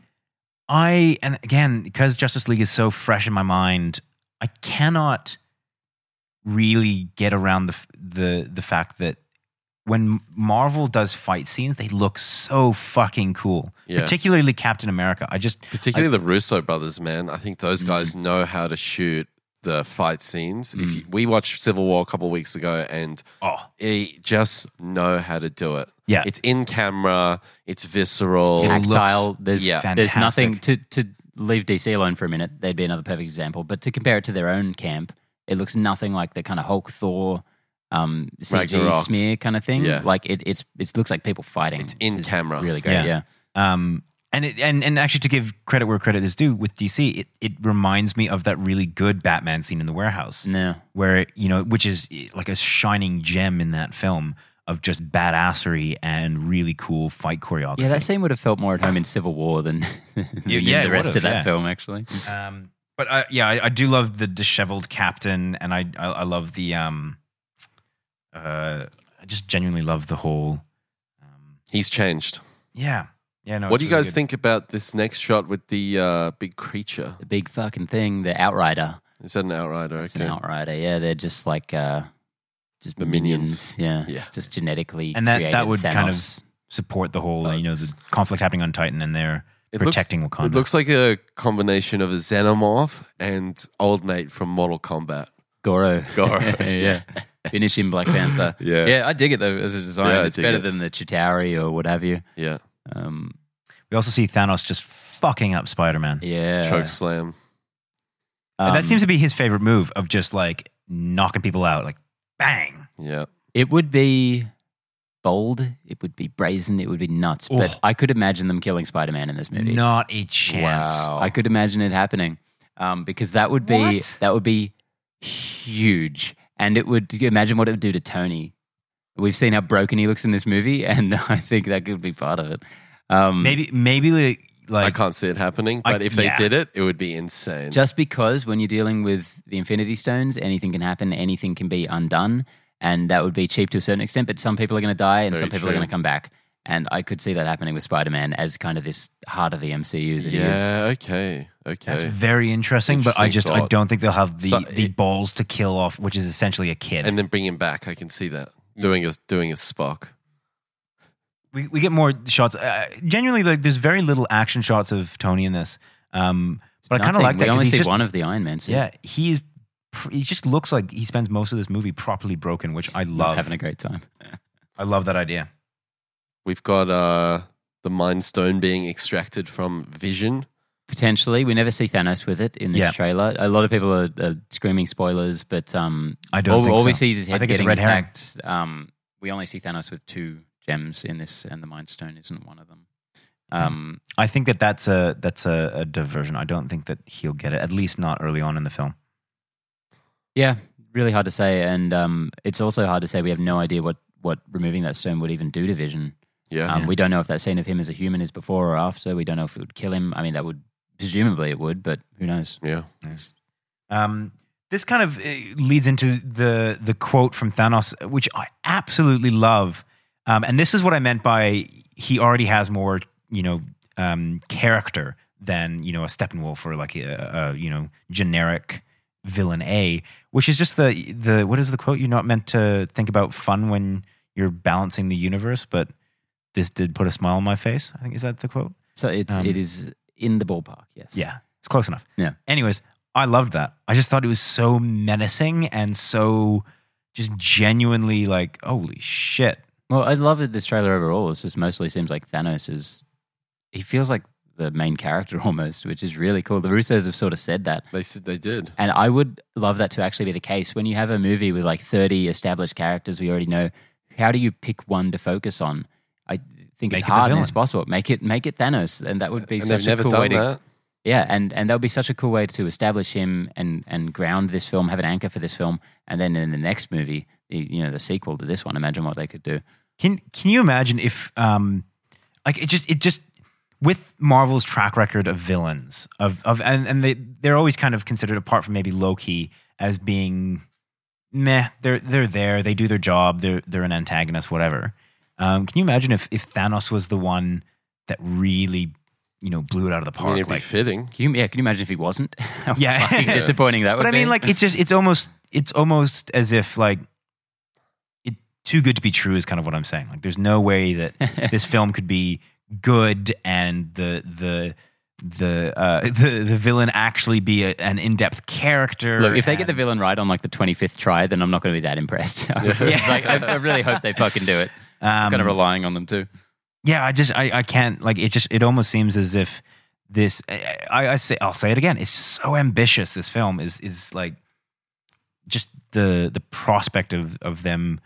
I and again because Justice League is so fresh in my mind, I cannot really get around the f- the the fact that when Marvel does fight scenes, they look so fucking cool.
Yeah.
Particularly Captain America. I Mm. just
Particularly the Russo brothers, man. I think those guys know how to shoot the fight scenes.
Mm.
If you, we watched Civil War a couple of weeks ago, and
oh
they just know how to do it.
yeah.
It's in camera. It's visceral.
It's
tactile. There's
yeah.
fantastic.
there's nothing to to leave DC alone for a minute. They'd be another perfect example. But to compare it to their own camp, it looks nothing like the kind of Hulk Thor um, CG
Ragnarok.
smear kind of thing.
Yeah.
Like it it's it looks like people fighting.
It's in
It's
camera.
Really great.
Yeah.
Yeah.
Um, and it, and and actually, to give credit where credit is due, with DC, it, it reminds me of that really good Batman scene in the warehouse,
No.
where you know, which is eh, like a shining gem in that film of just badassery and really cool fight choreography.
Yeah, that scene would have felt more at home in Civil War than, than
Yeah,
in
yeah, it
the rest
would've,
of that
yeah.
film, actually.
Um, but I, yeah, I, I do love the disheveled captain, and I I, I love the um, uh, I just genuinely love the whole. Um,
He's changed.
yeah, yeah. No,
what
it's
do you
really
guys
good.
think about this next shot with the uh, big creature?
The big fucking thing, the Outrider.
Is that an outrider?
It's
Okay.
an Outrider. Yeah, they're just like uh, just
The minions.
minions. Yeah,
Yeah.
just genetically
And that- that
created
would kind of-
Thanos.
Support the whole, uh, you know, the conflict happening on Titan, and they're protecting
looks,
Wakanda.
It looks like a combination of a xenomorph and old mate from Mortal Kombat.
Goro.
Goro,
yeah. Finish him Black Panther.
Yeah.
Yeah, I dig it though as a design.
Yeah, I
it's
dig
better
it.
than the Chitauri or what have you.
Yeah,
Um,
We also see Thanos just fucking up Spider Man.
yeah.
choke slam.
Um,
that seems to be his favorite move of just like knocking people out, like bang.
Yeah,
it would be bold, it would be brazen, it would be nuts.
Oh.
But I could imagine them killing Spider Man in this movie.
Not a chance.
Wow.
I could imagine it happening um, because that would be
What?
that would be huge, and it would imagine what it would do to Tony. We've seen how broken he looks in this movie, and I think that could be part of it. Um,
Maybe, maybe like,
I
like
can't see it happening.
I-
But if they
yeah.
did it, it would be insane.
just because when you're dealing with the Infinity Stones, anything can happen, anything can be undone, and that would be cheap to a certain extent. But some people are going to die, and
Very
some people are
true.
going to come back, and I could see that happening with Spider-Man as kind of this heart of the MCU. That he is.
yeah. Okay.
that's
Okay.
very interesting, but I
Interesting
just I
thought.
don't think they'll have the
So
the
it-
balls to kill off, which is essentially a kid.
And then bring him back. I can see that doing a doing a Spock.
we, we get more shots. Uh, genuinely, like there's very little action shots of Tony in this. Um, but I kind of
Nothing.
like that
We
'cause
only
he's
see
just
one of the Iron Man. suit.
yeah he's pr- he just looks like he spends most of this movie properly broken, which I
Not
love.
having a great time.
I love that idea.
We've got uh, the Mind Stone being extracted from Vision.
Potentially, we never see Thanos with it in this
Yeah.
trailer. A lot of people are, are screaming spoilers, but um,
I don't
all,
think
all
so.
we see is his
I
head
think it's a
getting
red herring.
attacked. Um, we only see Thanos with two gems in this, and the Mind Stone isn't one of them.
Hmm.
Um,
I think that that's a that's a, a diversion. I don't think that he'll get it. At least not early on in the film.
Yeah, really hard to say, and um, it's also hard to say. We have no idea what what removing that stone would even do to Vision.
Oh,
Yeah.
Um, We don't know if that scene of him as a human is before or after. We don't know if it would kill him. I mean, that would presumably it would, but who knows?
yeah.
Yes. Um, this kind of uh, leads into the the quote from Thanos, which I absolutely love. Um, and this is what I meant by he already has more, you know, um, character than you know a Steppenwolf or like a, a you know generic villain A, which is just the the what is the quote? You're not meant to think about fun when you're balancing the universe, but this did put a smile on my face. I think is that the quote.
So it's
Um,
it is in the ballpark. Yes.
Yeah, it's close enough.
Yeah.
Anyways, I loved that. I just thought it was so menacing and so just genuinely like, holy shit.
Well, I love that this trailer overall. It just mostly seems like Thanos is. He feels like the main character almost, which is really cool. The Russos have sort of said that.
They said they did.
And I would love that to actually be the case. When you have a movie with like 30 established characters we already know, how do you pick one to focus on? I
Make
think
it
it's
the
hard and
villain.
it's possible. Make it make it Thanos. And that would be
And
such
they've
a
never
cool
done
way to
that.
yeah, and and that would be such a cool way to establish him and and ground this film, have an anchor for this film, and then in the next movie, the- you know, the sequel to this one, imagine what they could do.
Can can you imagine if um like it just it just with Marvel's track record of villains of of and, and they they're always kind of considered apart from maybe Loki as being meh, they're they're there, they do their job, they're they're an antagonist, whatever. Um, can you imagine if if Thanos was the one that really you know, blew it out of the
I mean,
park.
it'd be
like,
fitting.
Can you, yeah, can you imagine if he wasn't? How
Yeah.
fucking disappointing that would
but I
be.
mean, like it's just it's almost it's almost as if like it too good to be true is kind of what I'm saying. Like there's no way that this film could be good and the the the uh, the the villain actually be a, an in depth character.
Look, if they get the
and-
villain right on like the 25th try, then I'm not going to be that impressed. It's like, I, I really hope they fucking do it. I'm
um,
kind of relying on them too.
yeah i just I, I can't like it just it almost seems as if this I, I I say i'll say it again it's so ambitious this film is is like just the the prospect of of them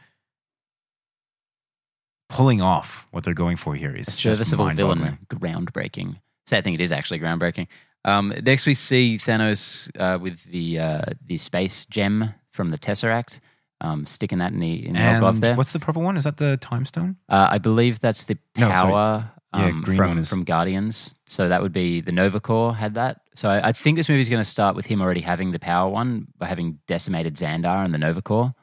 pulling off what they're going for here is
A
just
serviceable villain,
mind-boggling.
groundbreaking. Sad thing, it is actually groundbreaking. Um, next, we see Thanos uh, with the uh, the space gem from the Tesseract, um, sticking that in the in the old glove
and
there.
what's the purple one is that the time stone
Uh, I believe that's the
No, sorry.
power
Yeah,
um,
green one
from
is-
from Guardians. So that would be the Nova Corps had that. So I, I think this movie's going to start with him already having the power one by having decimated Xandar and the Nova Corps.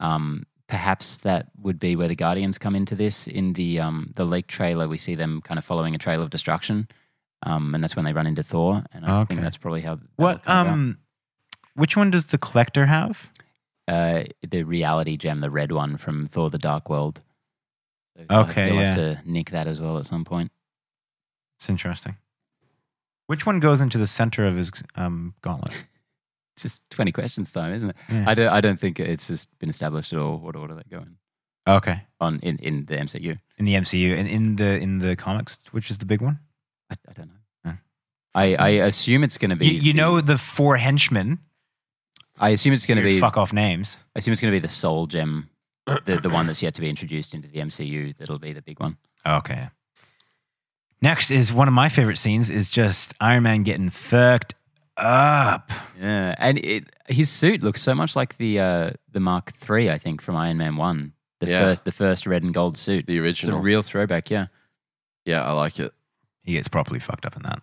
Um, perhaps that would be where the Guardians come into this. In the um, the leak trailer, we see them kind of following a trail of destruction, um, and that's when they run into Thor. And I
Okay.
think that's probably how. that will
what
come about.
um which one does the collector have
Uh, the reality gem, the red one from Thor: The Dark World. So I
Okay,
feel I'll have to nick that as well at some point.
it's interesting which one goes into the center of his um gauntlet
just 20 questions time, isn't it?
Yeah.
I don't, I don't think it's just been established at all what order they go in
okay
on in, in the MCU.
in the MCU and in the in the comics, which is the big one.
I, I don't know.
Yeah.
I, I assume it's going to be.
You, you
the-
know the four henchmen.
I assume it's going to
weird
be.
fuck off names.
I assume it's going to be the Soul Gem, the the one that's yet to be introduced into the MCU. That'll be the big one.
Okay. Next is one of my favorite scenes is just Iron Man getting fucked up.
Yeah, and it, his suit looks so much like the uh, the Mark III, I think, from Iron Man One. The
Yeah.
first the first red and gold suit.
The
It's a
original.
real throwback. Yeah.
yeah, I like it.
He gets properly fucked up in that.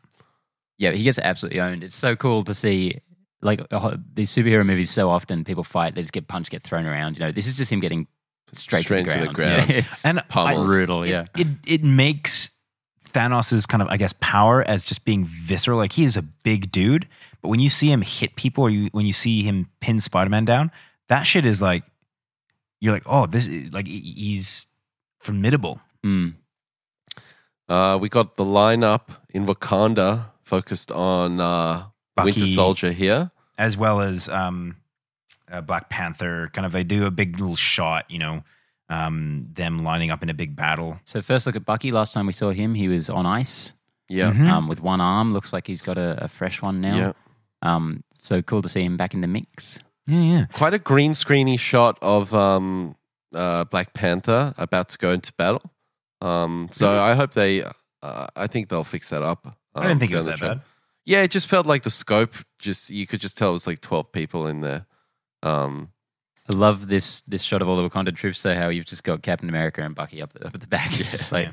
yeah, he gets absolutely owned. It's so cool to see. Like a ho- these superhero movies, so often people fight, they just get punched, get thrown around. You know, this is just him getting straight,
Straight
to
into
the
the
ground.
ground.
Yeah, it's
And
Pummeled.
brutal.
I-
yeah,
it, it it makes Thanos's kind of I guess power as just being visceral. Like he is a big dude, but when you see him hit people or you when you see him pin Spider Man down, that shit is like you're like oh this is, like he- he's formidable.
Mm.
Uh, we got the lineup in Wakanda focused on uh, Winter
Bucky.
Soldier here.
as well as um, uh, Black Panther. Kind of, they do a big little shot, you know, um, them lining up in a big battle.
So first look at Bucky. Last time we saw him, he was on ice
Yeah.
Mhm.
um, with one arm. Looks like he's got a, a fresh one now.
Yeah.
Um, so cool to see him back in the mix.
yeah, yeah.
Quite a green screeny shot of um, uh, Black Panther about to go into battle. Um, so I hope they, uh, I think they'll fix that up.
I didn't
um,
think it
down
was
the
that
track.
bad.
Yeah, it just felt like the scope. Just you could just tell it was like twelve people in there. Um,
I love this this shot of all the Wakanda troops. So how you've just got Captain America and Bucky up, the, up at the back. It's just like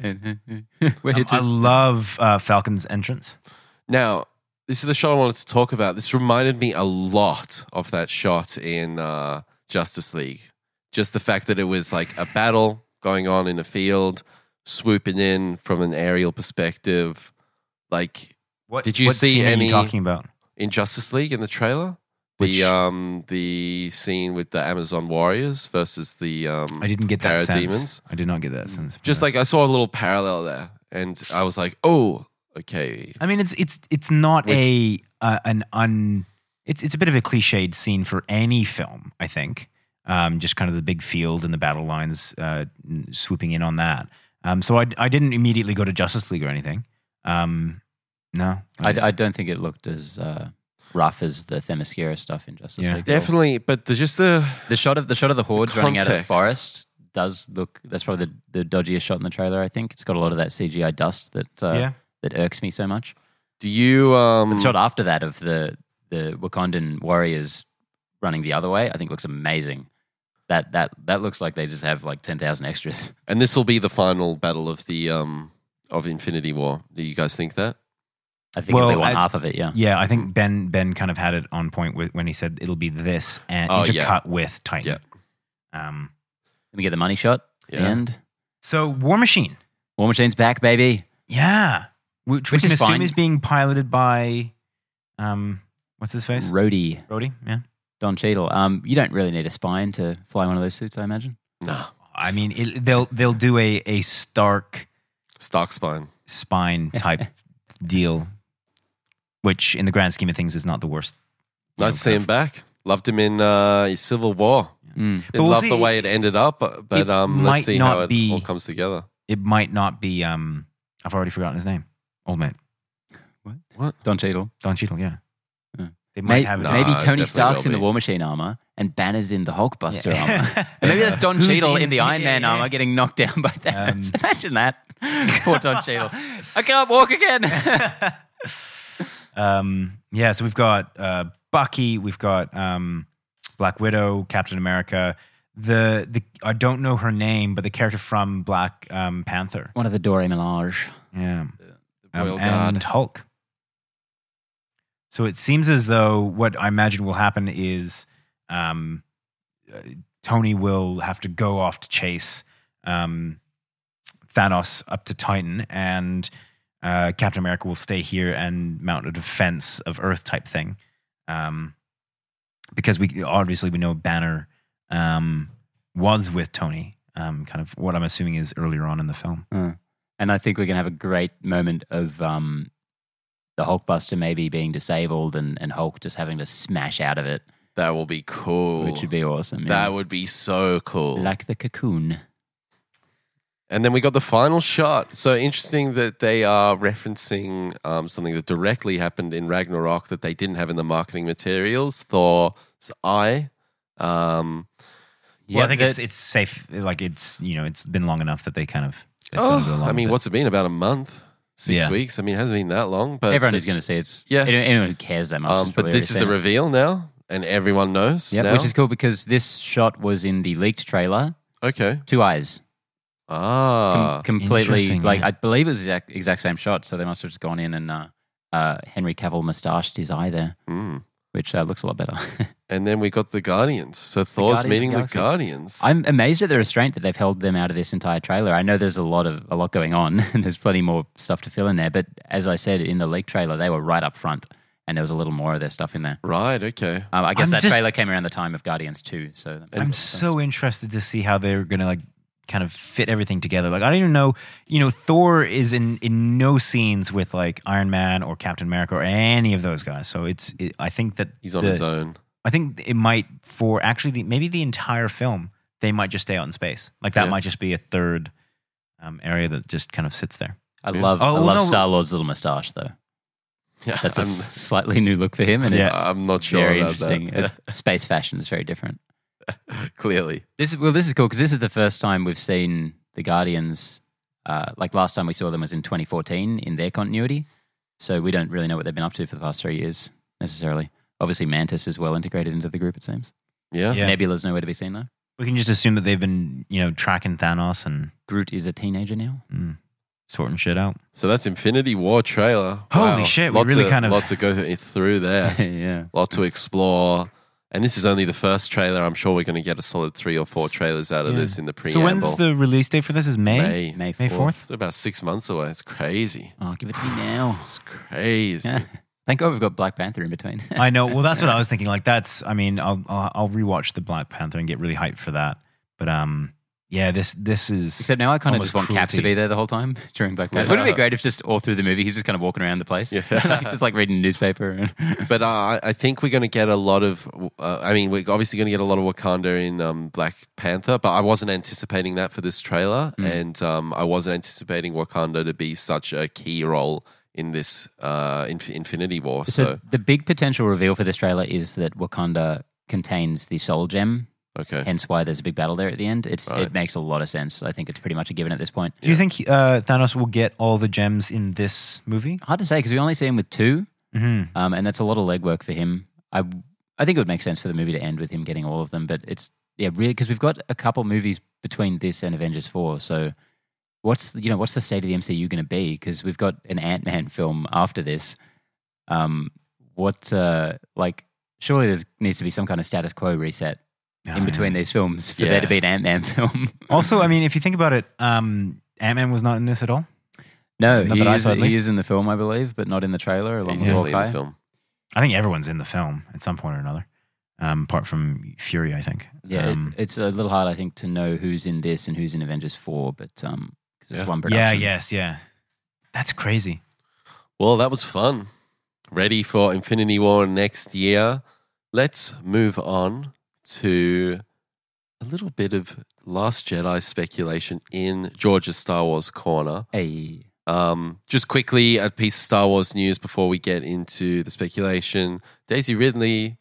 we're here
Um, I
too.
love uh, Falcon's entrance.
now, this is the shot I wanted to talk about. This reminded me a lot of that shot in uh, Justice League. Just the fact that it was like a battle going on in a field, swooping in from an aerial perspective. Like
What
Did you
what
see
scene are
any-
you talking about?
in Justice League in the trailer,
Which-
the um the scene with the Amazon Warriors versus the um
I didn't get that sense.
Parademons?
I did not get that sense. from
just
this.
like I saw a little parallel there, and I was like, oh, okay,
I mean, it's it's it's not
Which-
a uh, an un. It's it's a bit of a cliched scene for any film, I think. Um, just kind of the big field and the battle lines uh, n- swooping in on that. Um, so I I didn't immediately go to Justice League or anything. Um, no,
I, I don't think it looked as uh, rough as the Themyscira stuff in Justice
Yeah.
League. at all.
definitely. But the, just the
the shot of the shot of the hordes running out of the
context.
forest does look. That's probably the, the dodgiest shot in the trailer. I think it's got a lot of that CGI dust that uh,
yeah.
that irks me so much.
do you
But
um
the shot after that of the the Wakandan warriors running the other way, I think looks amazing. That that that looks like they just have like ten thousand extras.
and this will be the final battle of the um of Infinity War. Do you guys think that?
I think
Well,
it'll be one
I-
half of it. Yeah.
Yeah, I think Ben Ben kind of had it on point with, when he said it'll be this and
Oh,
intercut
yeah.
with Titan. Um,
Let me get the money shot.
Yeah.
And
so War Machine.
War Machine's back, baby.
Yeah. which,
Which
we can
is
assume
fine.
is being piloted by, um, what's his face?
Rhodey,
Brody. Yeah.
Don Cheadle. Um, you don't really need a spine to fly one of those suits, I imagine.
Nah,
I mean, it, they'll they'll do a a Stark
stock spine.
spine type deal, which in the grand scheme of things is not the worst.
Nice to see him back. Loved him in uh, Civil War.
Mm.
Didn't
we'll
love
see,
the way it ended up, but, but
it
um,
might
let's see how
not
it
be-
all comes together.
It might not be. Um, I've already forgotten his name. Old mate
Don Cheadle.
Don Cheadle. Yeah,
Yeah.
they might
Maybe,
have it.
Nah,
maybe Tony
definitely
Stark's
will
in the
be.
War Machine armor and Banner's in the Hulkbuster
Yeah.
armor. And maybe that's Don
Who's
Cheadle in,
in-
the Iron
yeah,
Man
yeah,
armor
yeah.
getting knocked down by Thanos.
Um,
Imagine that. Poor Don Cheadle. I can't walk again.
um, yeah, so we've got uh, Bucky, we've got um, Black Widow, Captain America. The the I don't know her name, but the character from Black um, Panther.
One of the Dore Melange.
Yeah,
The Royal
um,
Guard.
and Hulk. So it seems as though what I imagine will happen is um, uh, Tony will have to go off to chase um, Thanos up to Titan, and uh, Captain America will stay here and mount a defense of Earth type thing, um, because we obviously we know Banner um, was with Tony. Um, kind of what I'm assuming is earlier on in the film.
And I think we're going to have a great moment of um, the Hulkbuster maybe being disabled and, and Hulk just having to smash out of it,
That will be cool.
which would be awesome. yeah.
That would be so cool.
like the cocoon.
And then we got the final shot. So interesting that they are referencing um, something that directly happened in Ragnarok that they didn't have in the marketing materials. Thor's eye. Um,
Well, I think
the-
it's it's safe. Like it's you know it's been long enough that they kind of. they've gotta go
oh,
along
I mean,
with
what's it been? About a month, six
Yeah.
weeks. I mean, it hasn't been that long. But
everyone
the-
is going to see it's.
Yeah.
Yeah. Anyone, anyone who cares that much. has
Um, but
probably
this is
already
the
seen it.
reveal now, and everyone knows.
Yeah,
now.
which is cool because this shot was in the leaked trailer.
okay.
Two eyes. com-
Ah,
completely
Interesting,
like
yeah.
I believe it was the exact, exact same shot. So they must have just gone in and uh, uh, Henry Cavill moustached his eye there,
mm.
which uh, looks a lot better.
and then we got the Guardians. So Thor's
Guardians of
meeting
the
the,
Galaxy.
Guardians.
I'm amazed at the restraint that they've held them out of this entire trailer. I know there's a lot of a lot going on, and there's plenty more stuff to fill in there. But as I said in the leak trailer, they were right up front, and there was a little more of their stuff in there.
right. Okay.
Um, I guess
I'm
that
just-
trailer came around the time of Guardians 2, so that
And-
I'm
makes sense.
so interested to see how they're gonna like kind of fit everything together. Like I don't even know. You know, Thor is in in no scenes with like Iron Man or Captain America or any of those guys. So it's it, I think that
He's on
the-
his own.
I think it might for actually the, maybe the entire film they might just stay out in space. Like that
Yeah.
might just be a third um, area that just kind of sits there.
I
Yeah.
love
Oh,
I
well,
love
no-
Star Lord's little moustache though.
Yeah,
That's a
I'm,
s- slightly new look for him, and
Yeah.
it's
I'm not sure
very
about
interesting.
that.
Uh, Space fashion is very different.
Clearly,
This is well, this is cool because this is the first time we've seen the Guardians. Uh, like last time we saw them was in 2014 in their continuity, so we don't really know what they've been up to for the past three years necessarily. Obviously, Mantis is well integrated into the group. It seems
yeah.
Yeah.
Nebula's nowhere to be seen though.
We can just assume that they've been you know tracking Thanos and
Groot is a teenager now.
mm, sorting shit out.
So that's Infinity War trailer.
Holy shit, we
Lots
really
of,
kind of-
lots to go through there.
yeah,
lot to explore. And this is only the first trailer. I'm sure we're going to get a solid three or four trailers out of
Yeah.
this in the
So
preamble.
when's the release date for this? Is May?
May?
May
May
fourth.
fourth.
It's about six months away. It's crazy.
Oh, give it to me now.
It's crazy.
Yeah. Thank God we've got Black Panther in between.
I know. Well, that's what I was thinking. Like that's. I mean, I'll, I'll I'll rewatch the Black Panther and get really hyped for that. But um, yeah. This this is.
Except now I kind of
Almost
just want Cap to
cruelty.
be there the whole time during Black Panther. Wouldn't it be great if just all through the movie he's just kind of walking around the place,
Yeah.
Like, just like reading a newspaper? And
But uh, I- I think we're going to get a lot of. Uh, I mean, we're obviously going to get a lot of Wakanda in um, Black Panther, but I wasn't anticipating that for this trailer,
Mm.
and um, I wasn't anticipating Wakanda to be such a key role in this uh, inf- Infinity War. So,
So, the big potential reveal for this trailer is that Wakanda contains the Soul Gem,
okay,
hence why there's a big battle there at the end. It's
Right.
it makes a lot of sense. I think it's pretty much a given at this point.
Do you think uh, Thanos will get all the gems in this movie?
Hard to say because we only see him with two,
Mm-hmm.
um, and that's a lot of legwork for him. I I think it would make sense for the movie to end with him getting all of them, but it's yeah, really because we've got a couple movies between this and Avengers Four, so. What's you know what's the state of the MCU going to be? Because we've got an Ant Man film after this. Um, what uh, like surely there needs to be some kind of status quo reset
Oh, Ah,
in between these films for
Yeah.
there to be an Ant Man film.
Also, I mean, if you think about it, um, Ant Man was not in this at all.
No,
Not
he,
that I
is,
saw, at
he
least.
is in the film, I believe, but not in the trailer along
He's
with
definitely in
Hawkeye.
the film.
I think everyone's in the film at some point or another, um, apart from Fury, I think.
Yeah,
Um,
it, it's a little hard, I think, to know who's in this and who's in Avengers Four, but um, because it's
Yeah.
one production.
yeah, yes, yeah. That's crazy.
Well, that was fun. Ready for Infinity War next year. Let's move on to a little bit of Last Jedi speculation in George's Star Wars corner.
Hey,
Um, just quickly, a piece of Star Wars news before we get into the speculation. Daisy Ridley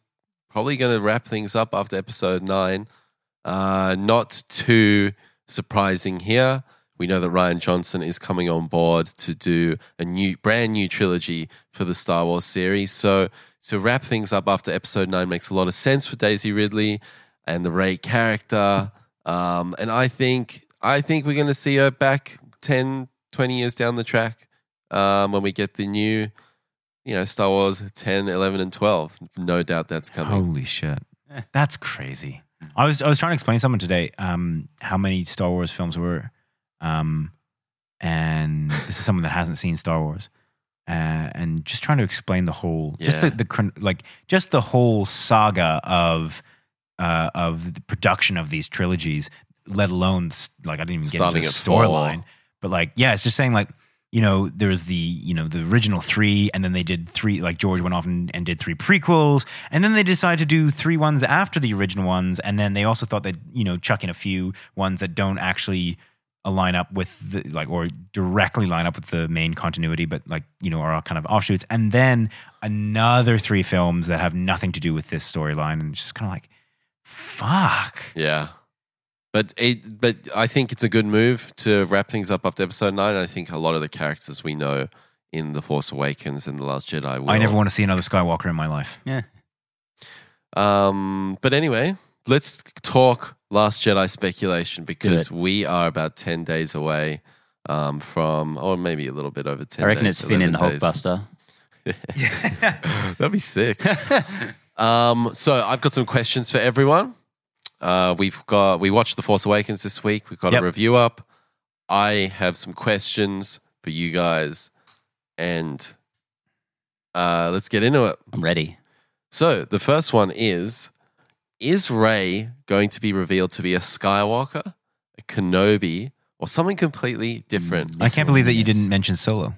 probably going to wrap things up after episode nine. Uh, not too surprising here. We know that Ryan Johnson is coming on board to do a new, brand new trilogy for the Star Wars series. So to wrap things up after episode nine makes a lot of sense for Daisy Ridley and the Ray character. Um, and I think I think we're going to see her back 10, 20 years down the track um, when we get the new, you know, Star Wars 10, 11, and 12. No doubt that's coming. Eh.
Holy shit. That's crazy. I was I was trying to explain to someone today um, how many Star Wars films were, um, and this is someone that hasn't seen Star Wars, uh, and just trying to explain the whole just
Yeah.
the, the chron- like just the whole saga of uh, of the production of these trilogies, let alone s- like I didn't even
Starting
get
at
into the
four.
storyline, but like yeah, it's just saying like you know there was the you know the original three, and then they did three like George went off and, and did three prequels, and then they decided to do three ones after the original ones, and then they also thought that you know chuck in a few ones that don't actually align up with the like or directly line up with the main continuity, but like you know are kind of offshoots, and then another three films that have nothing to do with this storyline, and it's just kind of like fuck.
Yeah. But it, but I think it's a good move to wrap things up after episode nine. I think a lot of the characters we know in The Force Awakens and The Last Jedi will.
I never want to see another Skywalker in my life.
Um, but anyway, let's talk Last Jedi speculation
do
because we are about 10 days away um, from, or maybe a little bit over 10
I reckon
days,
it's Finn in the
11 days.
Hulkbuster.
That'd be sick. um, so I've got some questions for everyone. Uh, we've got we watched The Force Awakens this week. We've got
Yep.
a review up. I have some questions for you guys, and uh, let's get into it.
I'm ready.
So the first one is: Is Ray going to be revealed to be a Skywalker, a Kenobi, or something completely different?
I can't believe that you
Yes.
didn't mention Solo.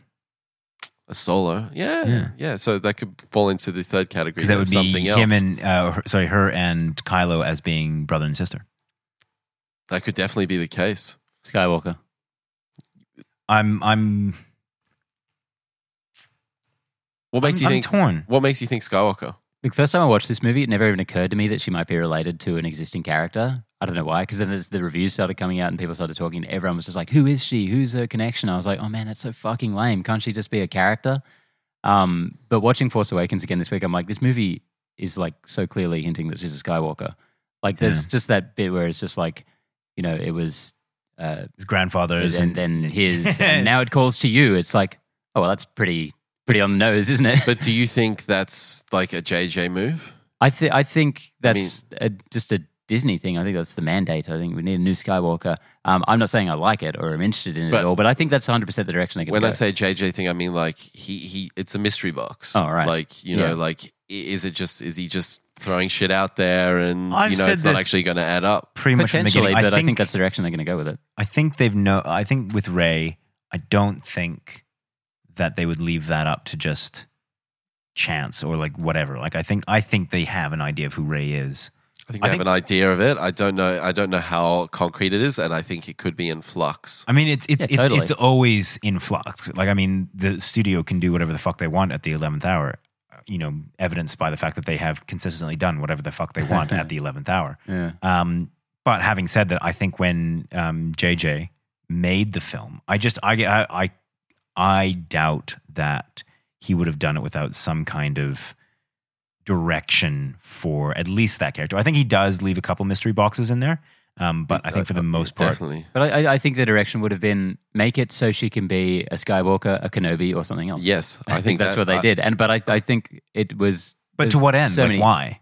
A Solo, yeah, yeah.
Yeah.
So that could fall into the third category.
Because that
of
would be
something else.
him and uh, her, sorry, her and Kylo as being brother and sister.
That could definitely be the case.
Skywalker.
I'm I'm
What makes
I'm,
you
I'm
think?
torn.
what makes you think Skywalker?
The first time I watched this movie, it never even occurred to me that she might be related to an existing character. I don't know why, because then as the reviews started coming out and people started talking. Everyone was just like, "Who is she? Who's her connection?" I was like, "Oh man, that's so fucking lame. Can't she just be a character?" Um, but watching Force Awakens again this week, I'm like, this movie is like so clearly hinting that she's a Skywalker. Like, there's just that bit where it's just like, you know, it was, uh,
His grandfather's
and then his, and now it calls to you. It's like, oh, well, that's pretty, pretty on the nose, isn't it?
But do you think that's like a JJ move?
I think I think
I
that's a, just a Disney thing. I think that's the mandate. I think we need a new Skywalker. Um, I'm not saying I like it or I'm interested in it
But-
at all, but I think that's 100 percent the direction they can
When
go.
I say JJ thing, I mean like he he. It's a mystery box.
Oh, right.
Like you know,
Yeah.
like i- is it just is he just throwing shit out there and
I've
you know
said
it's not
this-
actually going to add up?
pretty much from the
potentially,
beginning.
but I think, that's the direction they're going to go with it.
I think they've no. I think with Ray, I don't think that they would leave that up to just chance or like whatever. Like I think I think they have an idea of who Ray is.
I think
I
I have
think-
an idea of it. I don't know. I don't know how concrete it is, and I think it could be in flux.
I mean, it's it's
Yeah,
it's,
totally.
it's always in flux. Like, I mean, the studio can do whatever the fuck they want at the eleventh hour. You know, evidenced by the fact that they have consistently done whatever the fuck they want at the eleventh hour.
Yeah.
Um, but having said that, I think when um, JJ made the film, I just I I I, I doubt that he would have done it without some kind of direction for at least that character. I think he does leave a couple mystery boxes in there, um, but I think for the most part,
definitely.
But I, I- I think the direction would have been make it so she can be a Skywalker, a Kenobi, or something else.
Yes, I, think,
that's
that-
what they
I-
did. And but I, I think it was.
but to
there's
what end?
So
like,
many,
why?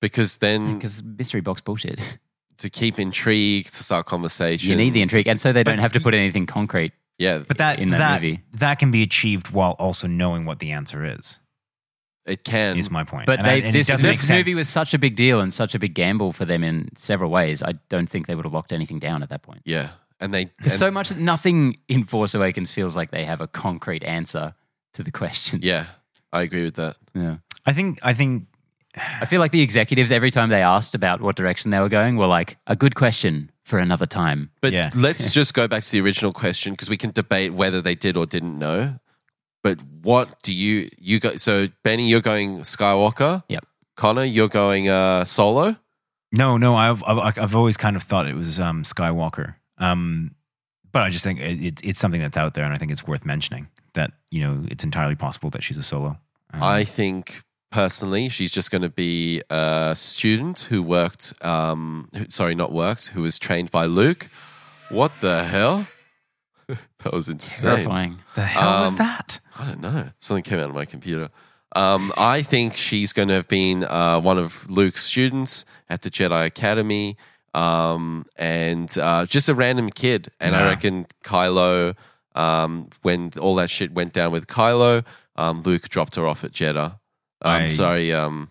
because then
Because mystery box bullshit.
to keep intrigue, to start conversations.
You need the intrigue, and so they
But
don't have to
he-
put anything concrete
Yeah,
But that
In that
that that,
movie.
can be achieved while also knowing what the answer is.
it can.
Is my point.
But
And I-
they,
and it
this,
doesn't make
this movie
sense.
was such a big deal and such a big gamble for them in several ways. I don't think they would have locked anything down at that point.
yeah, and they and,
There's so much that nothing in Force Awakens feels like they have a concrete answer to the question.
Yeah, I agree with that.
Yeah.
I think I think
I feel like the executives, every time they asked about what direction they were going, were like, a good question for another time.
But
Yeah.
let's just go back to the original question because we can debate whether they did or didn't know. But what do you you go? So Benny, you're going Skywalker.
Yep. Mm-hmm.
Connor, you're going uh, Solo.
no, no. I've I've, I've always kind of thought it was um, Skywalker. Um, but I just think it, it, it's something that's out there, and I think it's worth mentioning that you know it's entirely possible that she's a solo. Um,
I think personally, she's just going to be a student who worked. Um, who- sorry, not worked. Who was trained by Luke. What the hell? that was insane.
Terrifying.
the hell was
um,
that?
I don't know. Something came out of my computer. Um, I think she's going to have been uh, one of Luke's students at the Jedi Academy, um, and uh, just a random kid. And I
Yeah.
reckon Kylo, um, when all that shit went down with Kylo, um, Luke dropped her off at Jeddah. Um,
I-
sorry, um,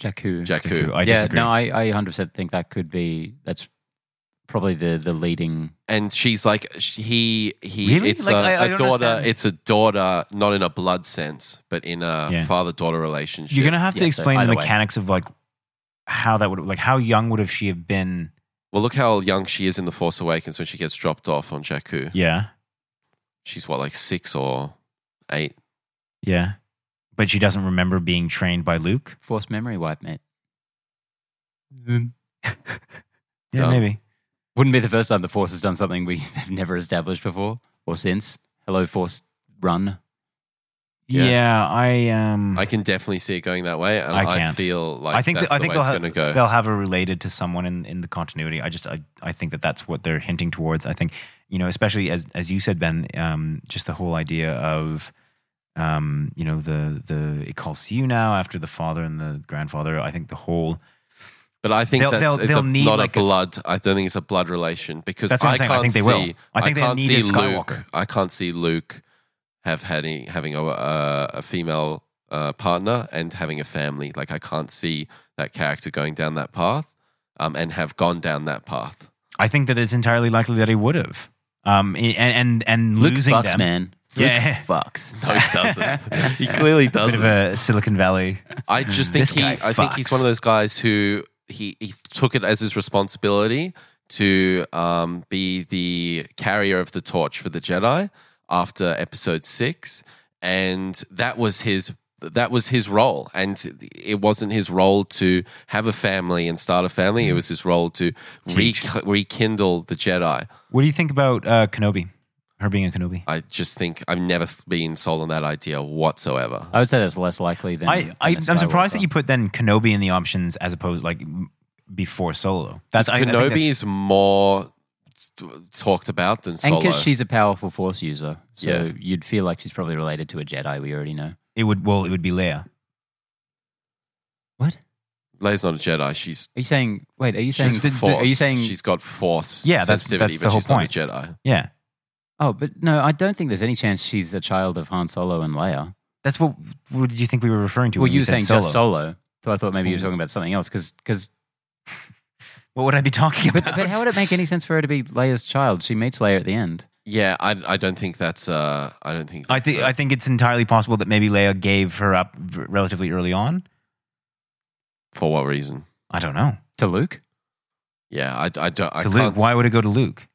Jakku.
Jakku.
I
yeah,
disagree.
no, I, I 100% think that could be, that's probably the, the leading.
and she's like sh- he he
Really?
it's
Like,
a
I- I
a
don't
daughter
understand.
it's a daughter not in a blood sense but in a
Yeah.
father daughter relationship
You're gonna have to
Yeah, so
explain the
either way.
mechanics of like how that would like how young would have she have been?
well look how young she is in the force awakens when she gets dropped off on jakku
Yeah,
she's what like 6 or 8
Mm-hmm. yeah. But she doesn't remember being trained by Luke.
Force memory wipe, mate.
Yeah,
Dumb.
maybe.
Wouldn't be the first time the Force has done something we have never established before or since. Hello, Force Run.
Yeah.
Yeah, I um,
i can definitely see it going that way and
I
i,
can't.
feel like I think
that-
that's the way
they'll
it's
ha-
going to go
They'll have her related to someone in, in the continuity. I just I, I think that that's what they're hinting towards. I think you know, especially as as you said, Ben, um, just the whole idea of um, you know the the it calls to you now after the father and the grandfather. I think the whole
but i think
they'll-
that's
they'll-
it's
they'll
a,
need,
not
like,
a
a-
blood I i don't think it's a blood relation because
That's what I'm
i
saying.
can't
I think they
see
will. I think they
can't
need
see
a
luke
Skywalker.
i can't see luke have having having a, a, a female uh, partner and having a family like i can't see that character going down that path um, and have gone down that path
I think that it's entirely likely that he would have. Um, and and and
Luke
losing
fucks,
them.
man.
Yeah.
Luke fucks.
no he doesn't he clearly
Bit
doesn't
of a Silicon Valley.
I just think
This
he.
guy
I think he's
fucks.
one of those guys who he he took it as his responsibility to um, be the carrier of the torch for the Jedi after Episode Six, and that was his. That was his role, and it wasn't his role to have a family and start a family. It was his role to re-
Mm-hmm. Teach.
rekindle the Jedi.
What do you think about uh, Kenobi? Her being a Kenobi.
I just think I've never been sold on that idea whatsoever.
I would say that's less likely than.
I, I
than a
I'm surprised that
Skywalker.
you put then Kenobi in the options as opposed like m- before Solo. That's I, I think
Kenobi
that's-
is more t- talked about than Solo.
And because she's a powerful Force user, so
Yeah.
you'd feel like she's probably related to a Jedi. We already know.
it would well it would be Leia.
What are
Leia's not a Jedi. She's
you saying? Wait, are you saying?
she's force.
are you saying?
she's got force?
Yeah, that's-
sensitivity,
that's
but
the whole
she's
point.
Not a Jedi.
Yeah,
oh, but no, I don't think there's any chance she's a child of Han Solo and Leia.
that's what. What did you think we were referring to?
Well,
when
you
we
were
said
saying just Solo, so I thought maybe you were talking about something else. Because,
What would I be talking
but,
about?
but how would it make any sense for her to be Leia's child? She meets Leia at the end.
Yeah, I, I don't think that's. Uh, I don't think.
I
That's,
think
uh,
I think it's entirely possible that maybe Leia gave her up v- relatively early on.
for what reason?
I don't know.
To Luke,
Yeah, I, I don't. I
to
can't,
Luke, why would it go to Luke?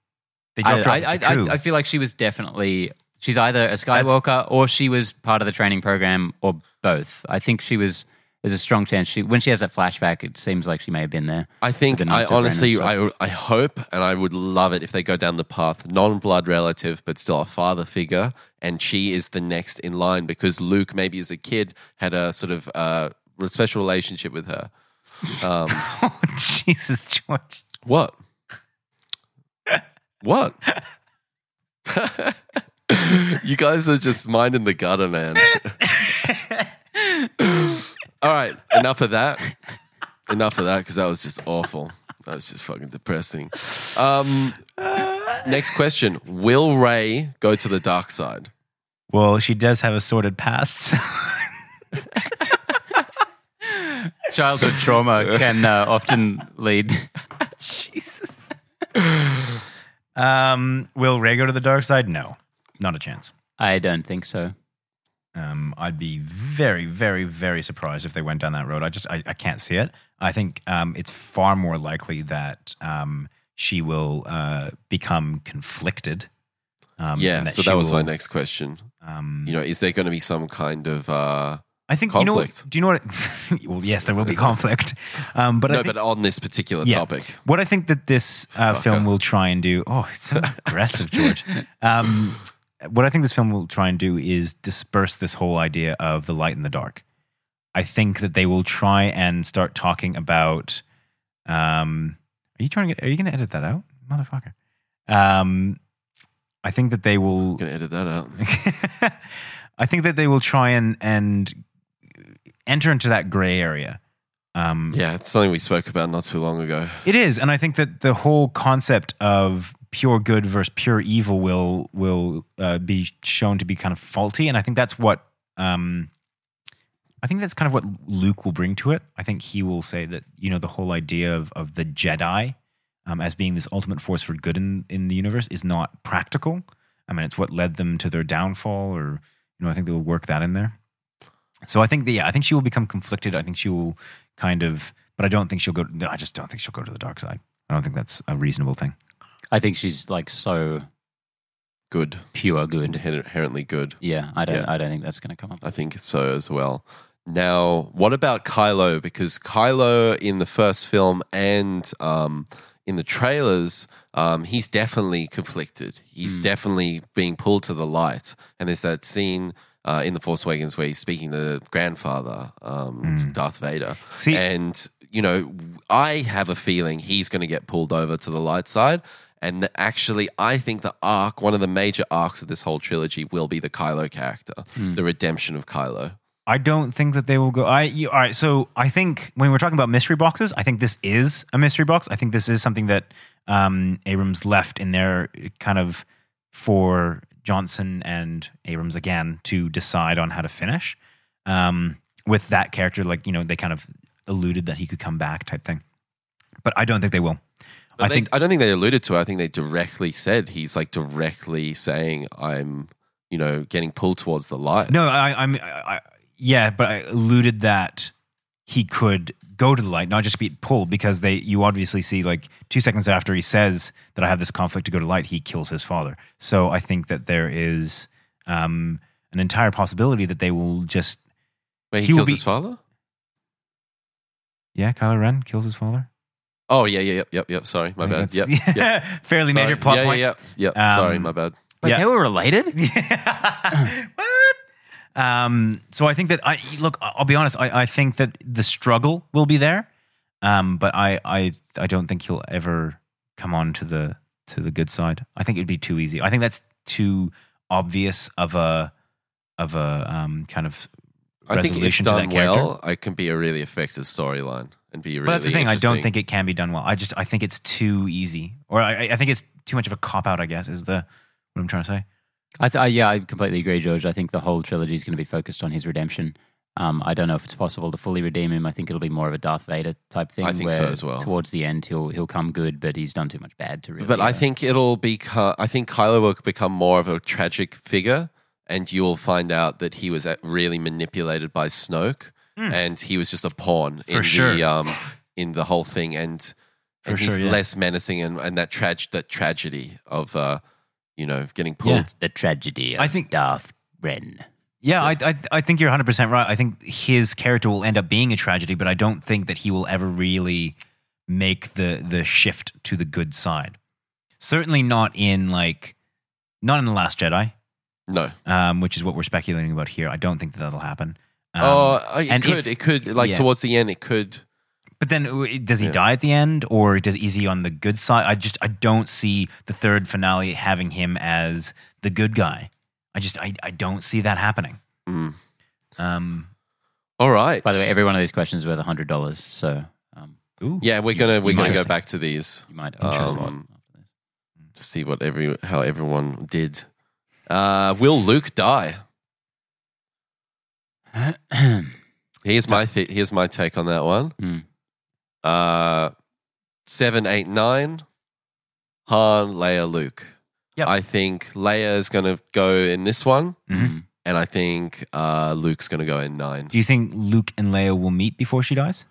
They
I,
dropped her
I,
off
I,
at Jakku.
I, I feel like she was definitely she's either a Skywalker or she was part of the training program or both. I think she was. There's a strong chance she when she has that flashback, it seems like she may have been there.
I think
With the
I
Knights of Ren and
honestly
stuff.
I I hope and I would love it if they go down the path non-blood relative but still a father figure and she is the next in line because Luke maybe as a kid had a sort of uh, special relationship with her. Um,
oh, Jesus, George.
What? what? you guys are just minding the gutter, man. All right, enough of that. Enough of that because that was just awful. That was just fucking depressing. Um, Next question: Will Ray go to the dark side?
Well, she does have a sordid past.
Childhood trauma can uh, often lead.
Jesus. um, will Ray go to the dark side? No, not a chance.
I don't think so.
Um, I'd be very, very, very surprised if they went down that road. I just, I, I can't see it. I think um, it's far more likely that um, she will uh, become conflicted. Um,
yeah.
and
So
she
that was my
will,
next question.
Um,
You know, is there going to be some kind of uh,
I think
conflict.
you know. what- Do you know what? well, yes, there will be conflict. Um, but I
no?
think,
but uh, on this particular
Yeah.
topic,
What I think that this uh,
Fucker.
film will try and do. Oh, it's so aggressive, George. Um, what I think this film will try and do is disperse this whole idea of the light and the dark. I think that they will try and start talking about. Um, are you trying to? Get, are you going to edit that out, motherfucker? Um, I think that they will.
I'm going to edit that out.
I think that they will try and and enter into that gray area. Um,
Yeah, it's something we spoke about not too long ago.
it is, and I think that the whole concept of pure good versus pure evil will will uh, be shown to be kind of faulty, and I think that's what um, I think that's kind of what Luke will bring to it. I think he will say that you know the whole idea of of the Jedi um, as being this ultimate force for good in in the universe is not practical. I mean, it's what led them to their downfall, or you know, I think they'll work that in there. So I think that yeah, I think she will become conflicted. I think she will kind of, but I don't think she'll go. no, I just don't think she'll go to the dark side. I don't think that's a reasonable thing.
I think she's like so
Good,
pure good.
inherently good.
Yeah, I don't.
Yeah.
I don't think that's going to come up.
I think so as well. Now, what about Kylo? Because Kylo in the first film and um, in the trailers, um, he's definitely conflicted. He's
Mm.
definitely being pulled to the light. And there's that scene uh, in The Force Awakens where he's speaking to grandfather, um,
Mm.
Darth Vader.
See,
And, you know, I have a feeling he's going to get pulled over to the light side. And that actually, I think the arc, one of the major arcs of this whole trilogy, will be the Kylo character,
Hmm.
the redemption of Kylo.
I don't think that they will go. I you, all right. So I think when we're talking about mystery boxes, I think this is a mystery box. I think this is something that um, Abrams left in there, uh, kind of for Johnson and Abrams again to decide on how to finish um, with that character. Like you know, they kind of alluded that he could come back, type thing. But I don't think they will.
But
I
they-
think
I don't think they alluded to it. I think they directly said he's like directly saying, "I'm, you know, getting pulled towards the light."
No, I, I'm. I, I- yeah, but I alluded that he could go to the light, not just be pulled, because they. You obviously see, like two seconds after he says that I have this conflict to go to light, he kills his father. So I think that there is um, an entire possibility that they will just.
Where he,
he will
kills
be-
his father.
Yeah, Kylo Ren kills his father.
Oh yeah, yeah, yep, yep, yep. Sorry, my
I think
bad. Yep,
that's-
yep.
fairly
Sorry.
major plot
yeah,
point.
Yeah, yeah, yep.
Um,
Sorry, my bad.
But
Yeah.
they were related.
Yeah. what? Um, so I think that I look. I- I'll be honest. I, I think that the struggle will be there, um, but I, I I don't think he'll ever come on to the to the good side. I think it'd be too easy. I think that's too obvious of a of a um, kind of.
I think if
resolution to that
done
character.
well, it can be a really effective storyline and be really.
but that's the thing. I don't
interesting.
think it can be done well. I just I think it's too easy, or I, I think it's too much of a cop out. I guess is the what I'm trying to say.
I th- I, yeah, I completely agree, George. I think the whole trilogy is going to be focused on his redemption. Um, I don't know if it's possible to fully redeem him. I think it'll be more of a Darth Vader type thing.
I think so
where
as well.
Towards the end, he'll he'll come good, but he's done too much bad to really.
But I
uh,
think it'll be. I think Kylo will become more of a tragic figure, and you'll find out that he was uh, really manipulated by Snoke,
Hmm.
and he was just a pawn
For
in the
sure.
um, in the whole thing, and and
For
he's
sure, yeah.
less menacing, and and that trag- that tragedy of uh, you know getting pulled.
yeah, the tragedy. Of
I think-
Darth Ren.
Yeah, I, I I think you're 100 percent right. I think his character will end up being a tragedy, but I don't think that he will ever really make the the shift to the good side. Certainly not in like not in the Last Jedi,
No,
um, which is what we're speculating about here. I don't think that that'll happen. Um,
oh, I- it
and
could,
if-
it could, like
yeah.
towards the end, it could.
But then, w- does he
Yeah.
die at the end, or does is he on the good side? I just I don't see the third finale having him as the good guy. I just I, I don't see that happening.
Mm.
Um,
All right.
By the way, every one of these questions is worth hundred dollars, so um,
ooh.
yeah, we're gonna we're gonna go
Interesting.
back to these.
you might owe us a
Interesting.
lot.
Um,
after this.
to see what every how everyone did. Uh, will Luke die? Here's my th- here's my take on that one.
Hmm.
Uh, seven, eight, nine. Han, Leia, Luke.
Yep.
I think Leia is going to go in this one,
Mm-hmm.
Mm.
and I think uh, Luke's going to go in nine.
Do you think Luke and Leia will meet before she dies?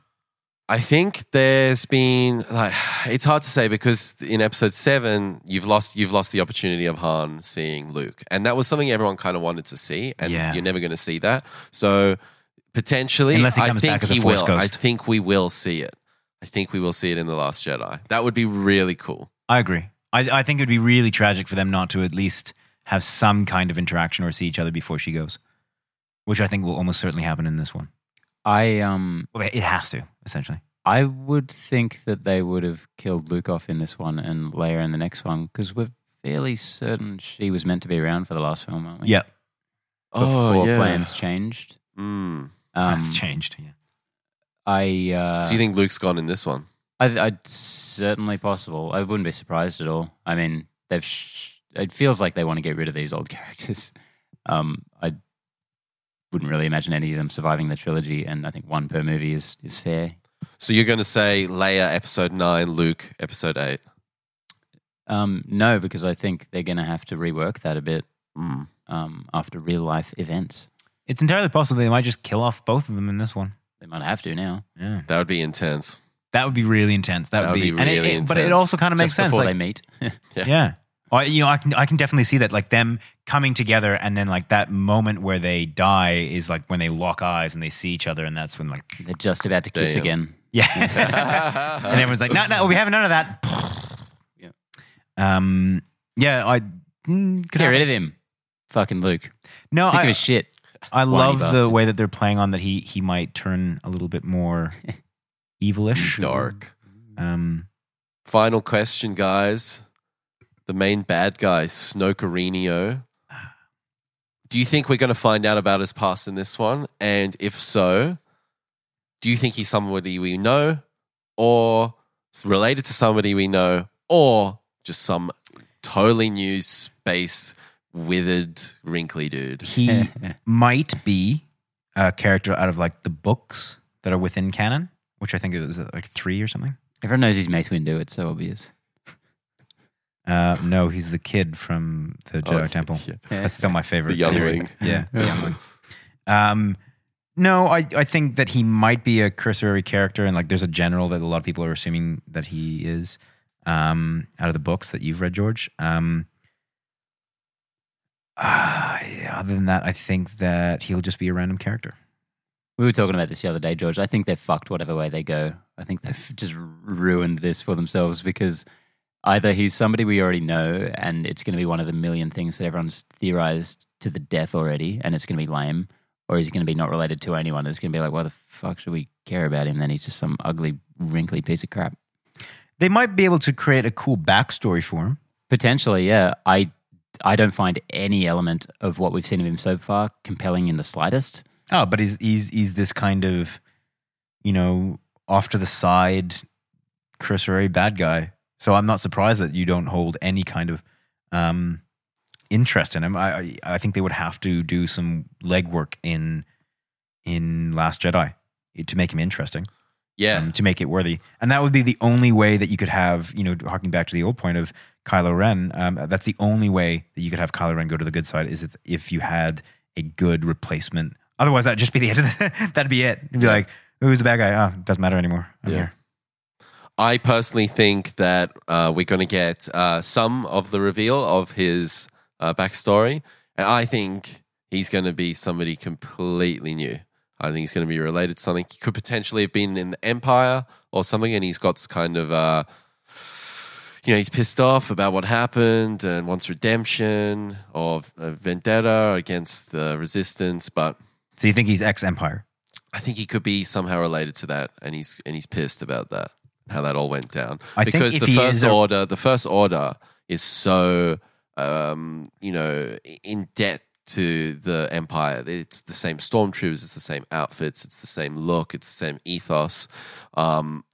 I think there's been like it's hard to say because in episode seven you've lost you've lost the opportunity of Han seeing Luke, and that was something everyone kind of wanted to see, and
Yeah.
you're never going to see that. So potentially,
Unless he
I
comes
think
back as a
he
Force
will. I
ghost.
think we will see it. I think we will see it in the Last Jedi. That would be really cool.
I agree. I, I think it would be really tragic for them not to at least have some kind of interaction or see each other before she goes, which I think will almost certainly happen in this one.
I um
Well, it has to, essentially.
I would think that they would have killed Luke off in this one and Leia in the next one because we're fairly certain she was meant to be around for the last film, aren't we?
Yeah.
Before plans changed.
Oh, Mm.
Um,
That's changed. Yeah.
I uh,
So you think Luke's gone in this one?
I, I'd certainly possible. I wouldn't be surprised at all. I mean, they've. Sh- it feels like they want to get rid of these old characters. Um, I wouldn't really imagine any of them surviving the trilogy, and I think one per movie is is fair.
So you're going to say Leia episode nine, Luke episode eight?
Um, no, because I think they're going to have to rework that a bit
Mm.
um, after real life events.
It's entirely possible they might just kill off both of them in this one.
They might have to now.
Yeah.
That would be intense.
That would be really intense. That, would be, and it-
really
it- But it
intense.
also kind of makes
just
sense.
before
like-
they meet.
Yeah.
yeah. I, you know, I can I can definitely see that like them coming together and then like that moment where they die is like when they lock eyes and they see each other and that's when like
they're just about to kiss
Damn.
again.
yeah. and everyone's like, no, no, we have none of that.
Yeah.
Um. Yeah. I mm, could
Get
I-
rid of him, fucking Luke.
No,
Sick of
I,
his shit.
I
whiny
love the
bastard.
way that they're playing on that. He he might turn a little bit more evilish,
dark.
Um.
Final question, guys. The main bad guy, Snokerino. Do you think we're going to find out about his past in this one? And if so, do you think he's somebody we know, or s- related to somebody we know, or just some totally new space withered, wrinkly dude?
He might be a character out of like the books that are within canon, which I think is uh, like three or something.
Everyone knows he's Mace Windu. It's so obvious.
Uh, no, he's the kid from the Jedi
Oh,
Temple.
yeah.
That's still my favorite.
The
theory.
youngling.
Yeah, the youngling. Um, no, I, I think that he might be a cursory character, and like there's a general that a lot of people are assuming that he is um, out of the books that you've read, George. Um, ah, yeah, other than that, I think that he'll just be a random character.
We were talking about this the other day, George. I think they're fucked whatever way they go. I think they've just ruined this for themselves because either he's somebody we already know and it's going to be one of the million things that everyone's theorized to the death already and it's going to be lame, or he's going to be not related to anyone. It's going to be like, why the fuck should we care about him? Then he's just some ugly, wrinkly piece of crap.
They might be able to create a cool backstory for him.
Potentially, yeah. I, I don't find any element of what we've seen of him so far compelling in the slightest.
Oh, but he's he's he's this kind of, you know, off to the side, cursory bad guy. So I'm not surprised that you don't hold any kind of um, interest in him. I, I I think they would have to do some legwork in in Last Jedi to make him interesting,
Yeah.
um, to make it worthy, and that would be the only way that you could have you know harking back to the old point of Kylo Ren. Um, that's the only way that you could have Kylo Ren go to the good side is if if you had a good replacement. Otherwise, that'd just be the end of the, that'd be it. You'd be like, who's the bad guy? Oh, doesn't matter anymore. I'm
Yeah.
here.
I personally think that uh, we're going to get uh, some of the reveal of his uh, backstory. And I think he's going to be somebody completely new. I think he's going to be related to something. He could potentially have been in the Empire or something, and he's got this kind of, uh, you know, he's pissed off about what happened and wants redemption or a vendetta against the resistance. But
So you think he's ex Empire?
I think he could be somehow related to that, and he's and he's pissed about that, how that all went down.
I think
because
if
the
he
first
is a-
order, the first order is so, um, you know, in debt to the empire. It's the same stormtroopers, it's the same outfits, it's the same look, it's the same ethos. Um,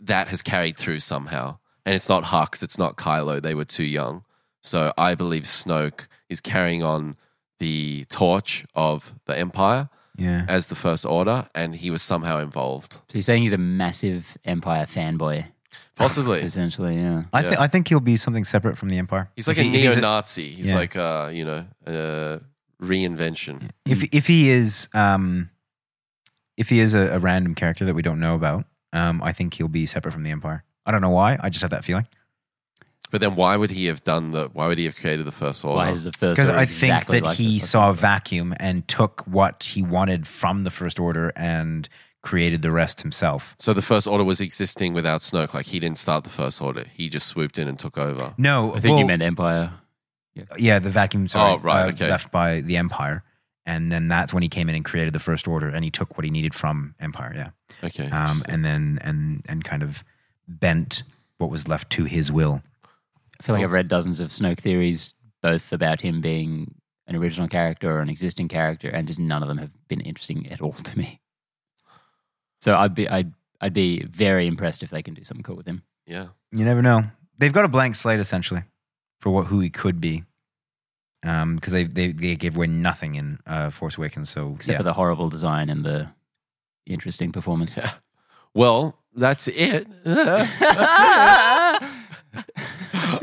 that has carried through somehow, and it's not Hux, it's not Kylo. They were too young. So I believe Snoke is carrying on the torch of the Empire
Yeah.
as the First Order, and he was somehow involved.
So you're saying he's a massive Empire fanboy,
Possibly.
essentially? Yeah.
I, th-
Yeah.
I think he'll be something separate from the Empire.
He's like a
If he- if he's
neo Nazi. He's
Yeah.
like, uh, you know, uh, reinvention.
if if he is um if he is a, a random character that we don't know about um i think he'll be separate from the empire i don't know why i just have that feeling
But then why would he have done the, why would he have created the First Order?
Why is the first?
because
order
i
exactly
think that
like the
he
first
saw a
order?
vacuum and took what he wanted from the first order and created the rest himself
so the First Order was existing without Snoke. Like he didn't start the First Order. He just swooped in and took over.
no
I think
well,
you meant Empire.
yeah the vacuum sorry,
Oh, right,
uh,
okay.
left by the empire and then that's when he came in and created the first order and he took what he needed from empire yeah
Okay.
um,
interesting.
and then and and kind of bent what was left to his will
I feel like I've read dozens of Snoke theories, both about him being an original character or an existing character, and just none of them have been interesting at all to me. So I'd be I'd I'd be very impressed if they can do something cool with him.
yeah.
you never know. They've got a blank slate essentially for what who he could be, because they, they they gave away nothing in uh, Force Awakens. So
Except for the horrible design and the interesting performance.
Yeah. Well, that's it.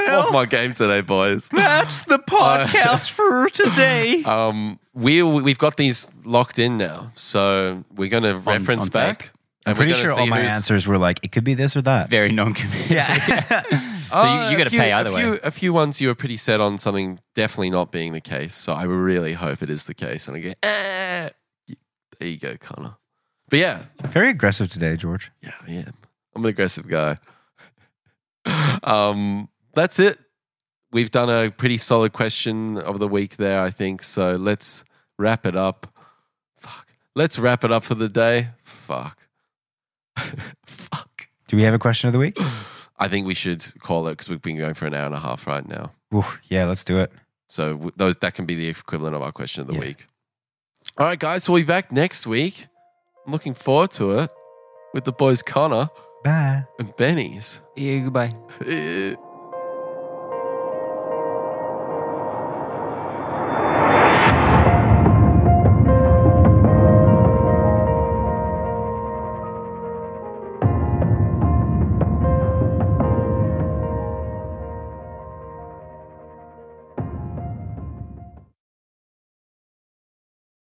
Off my game today, boys.
that's the
podcast
for today.
Um, we we've got these locked in now, so we're going to reference
on
back.
tape.
I'm
and we're
pretty
gonna
sure all
see
my
who's-
answers were like it could be this or that.
very non-committal. so
Uh,
you, you got
a
to
few-
pay either
a
way.
few, A few ones you were pretty set on something definitely not being the case. So I really hope it is the case. And I go, eh. there you go, Connor. But yeah,
Very aggressive today, George.
yeah, I am. I'm an aggressive guy. um, that's it. We've done a pretty solid question of the week there, I think. So let's wrap it up. Fuck. Let's wrap it up for the day. Fuck. Fuck.
Do we have a question of the week?
I think we should call it because we've been going for an hour and a half right now.
Ooh, yeah, let's do it.
So w- those that can be the equivalent of our question of the
Yeah.
week. All right, guys, we'll be back next week. I'm looking forward to it with the boys Connor
Bye.
and Benny's.
yeah, goodbye.
Eh.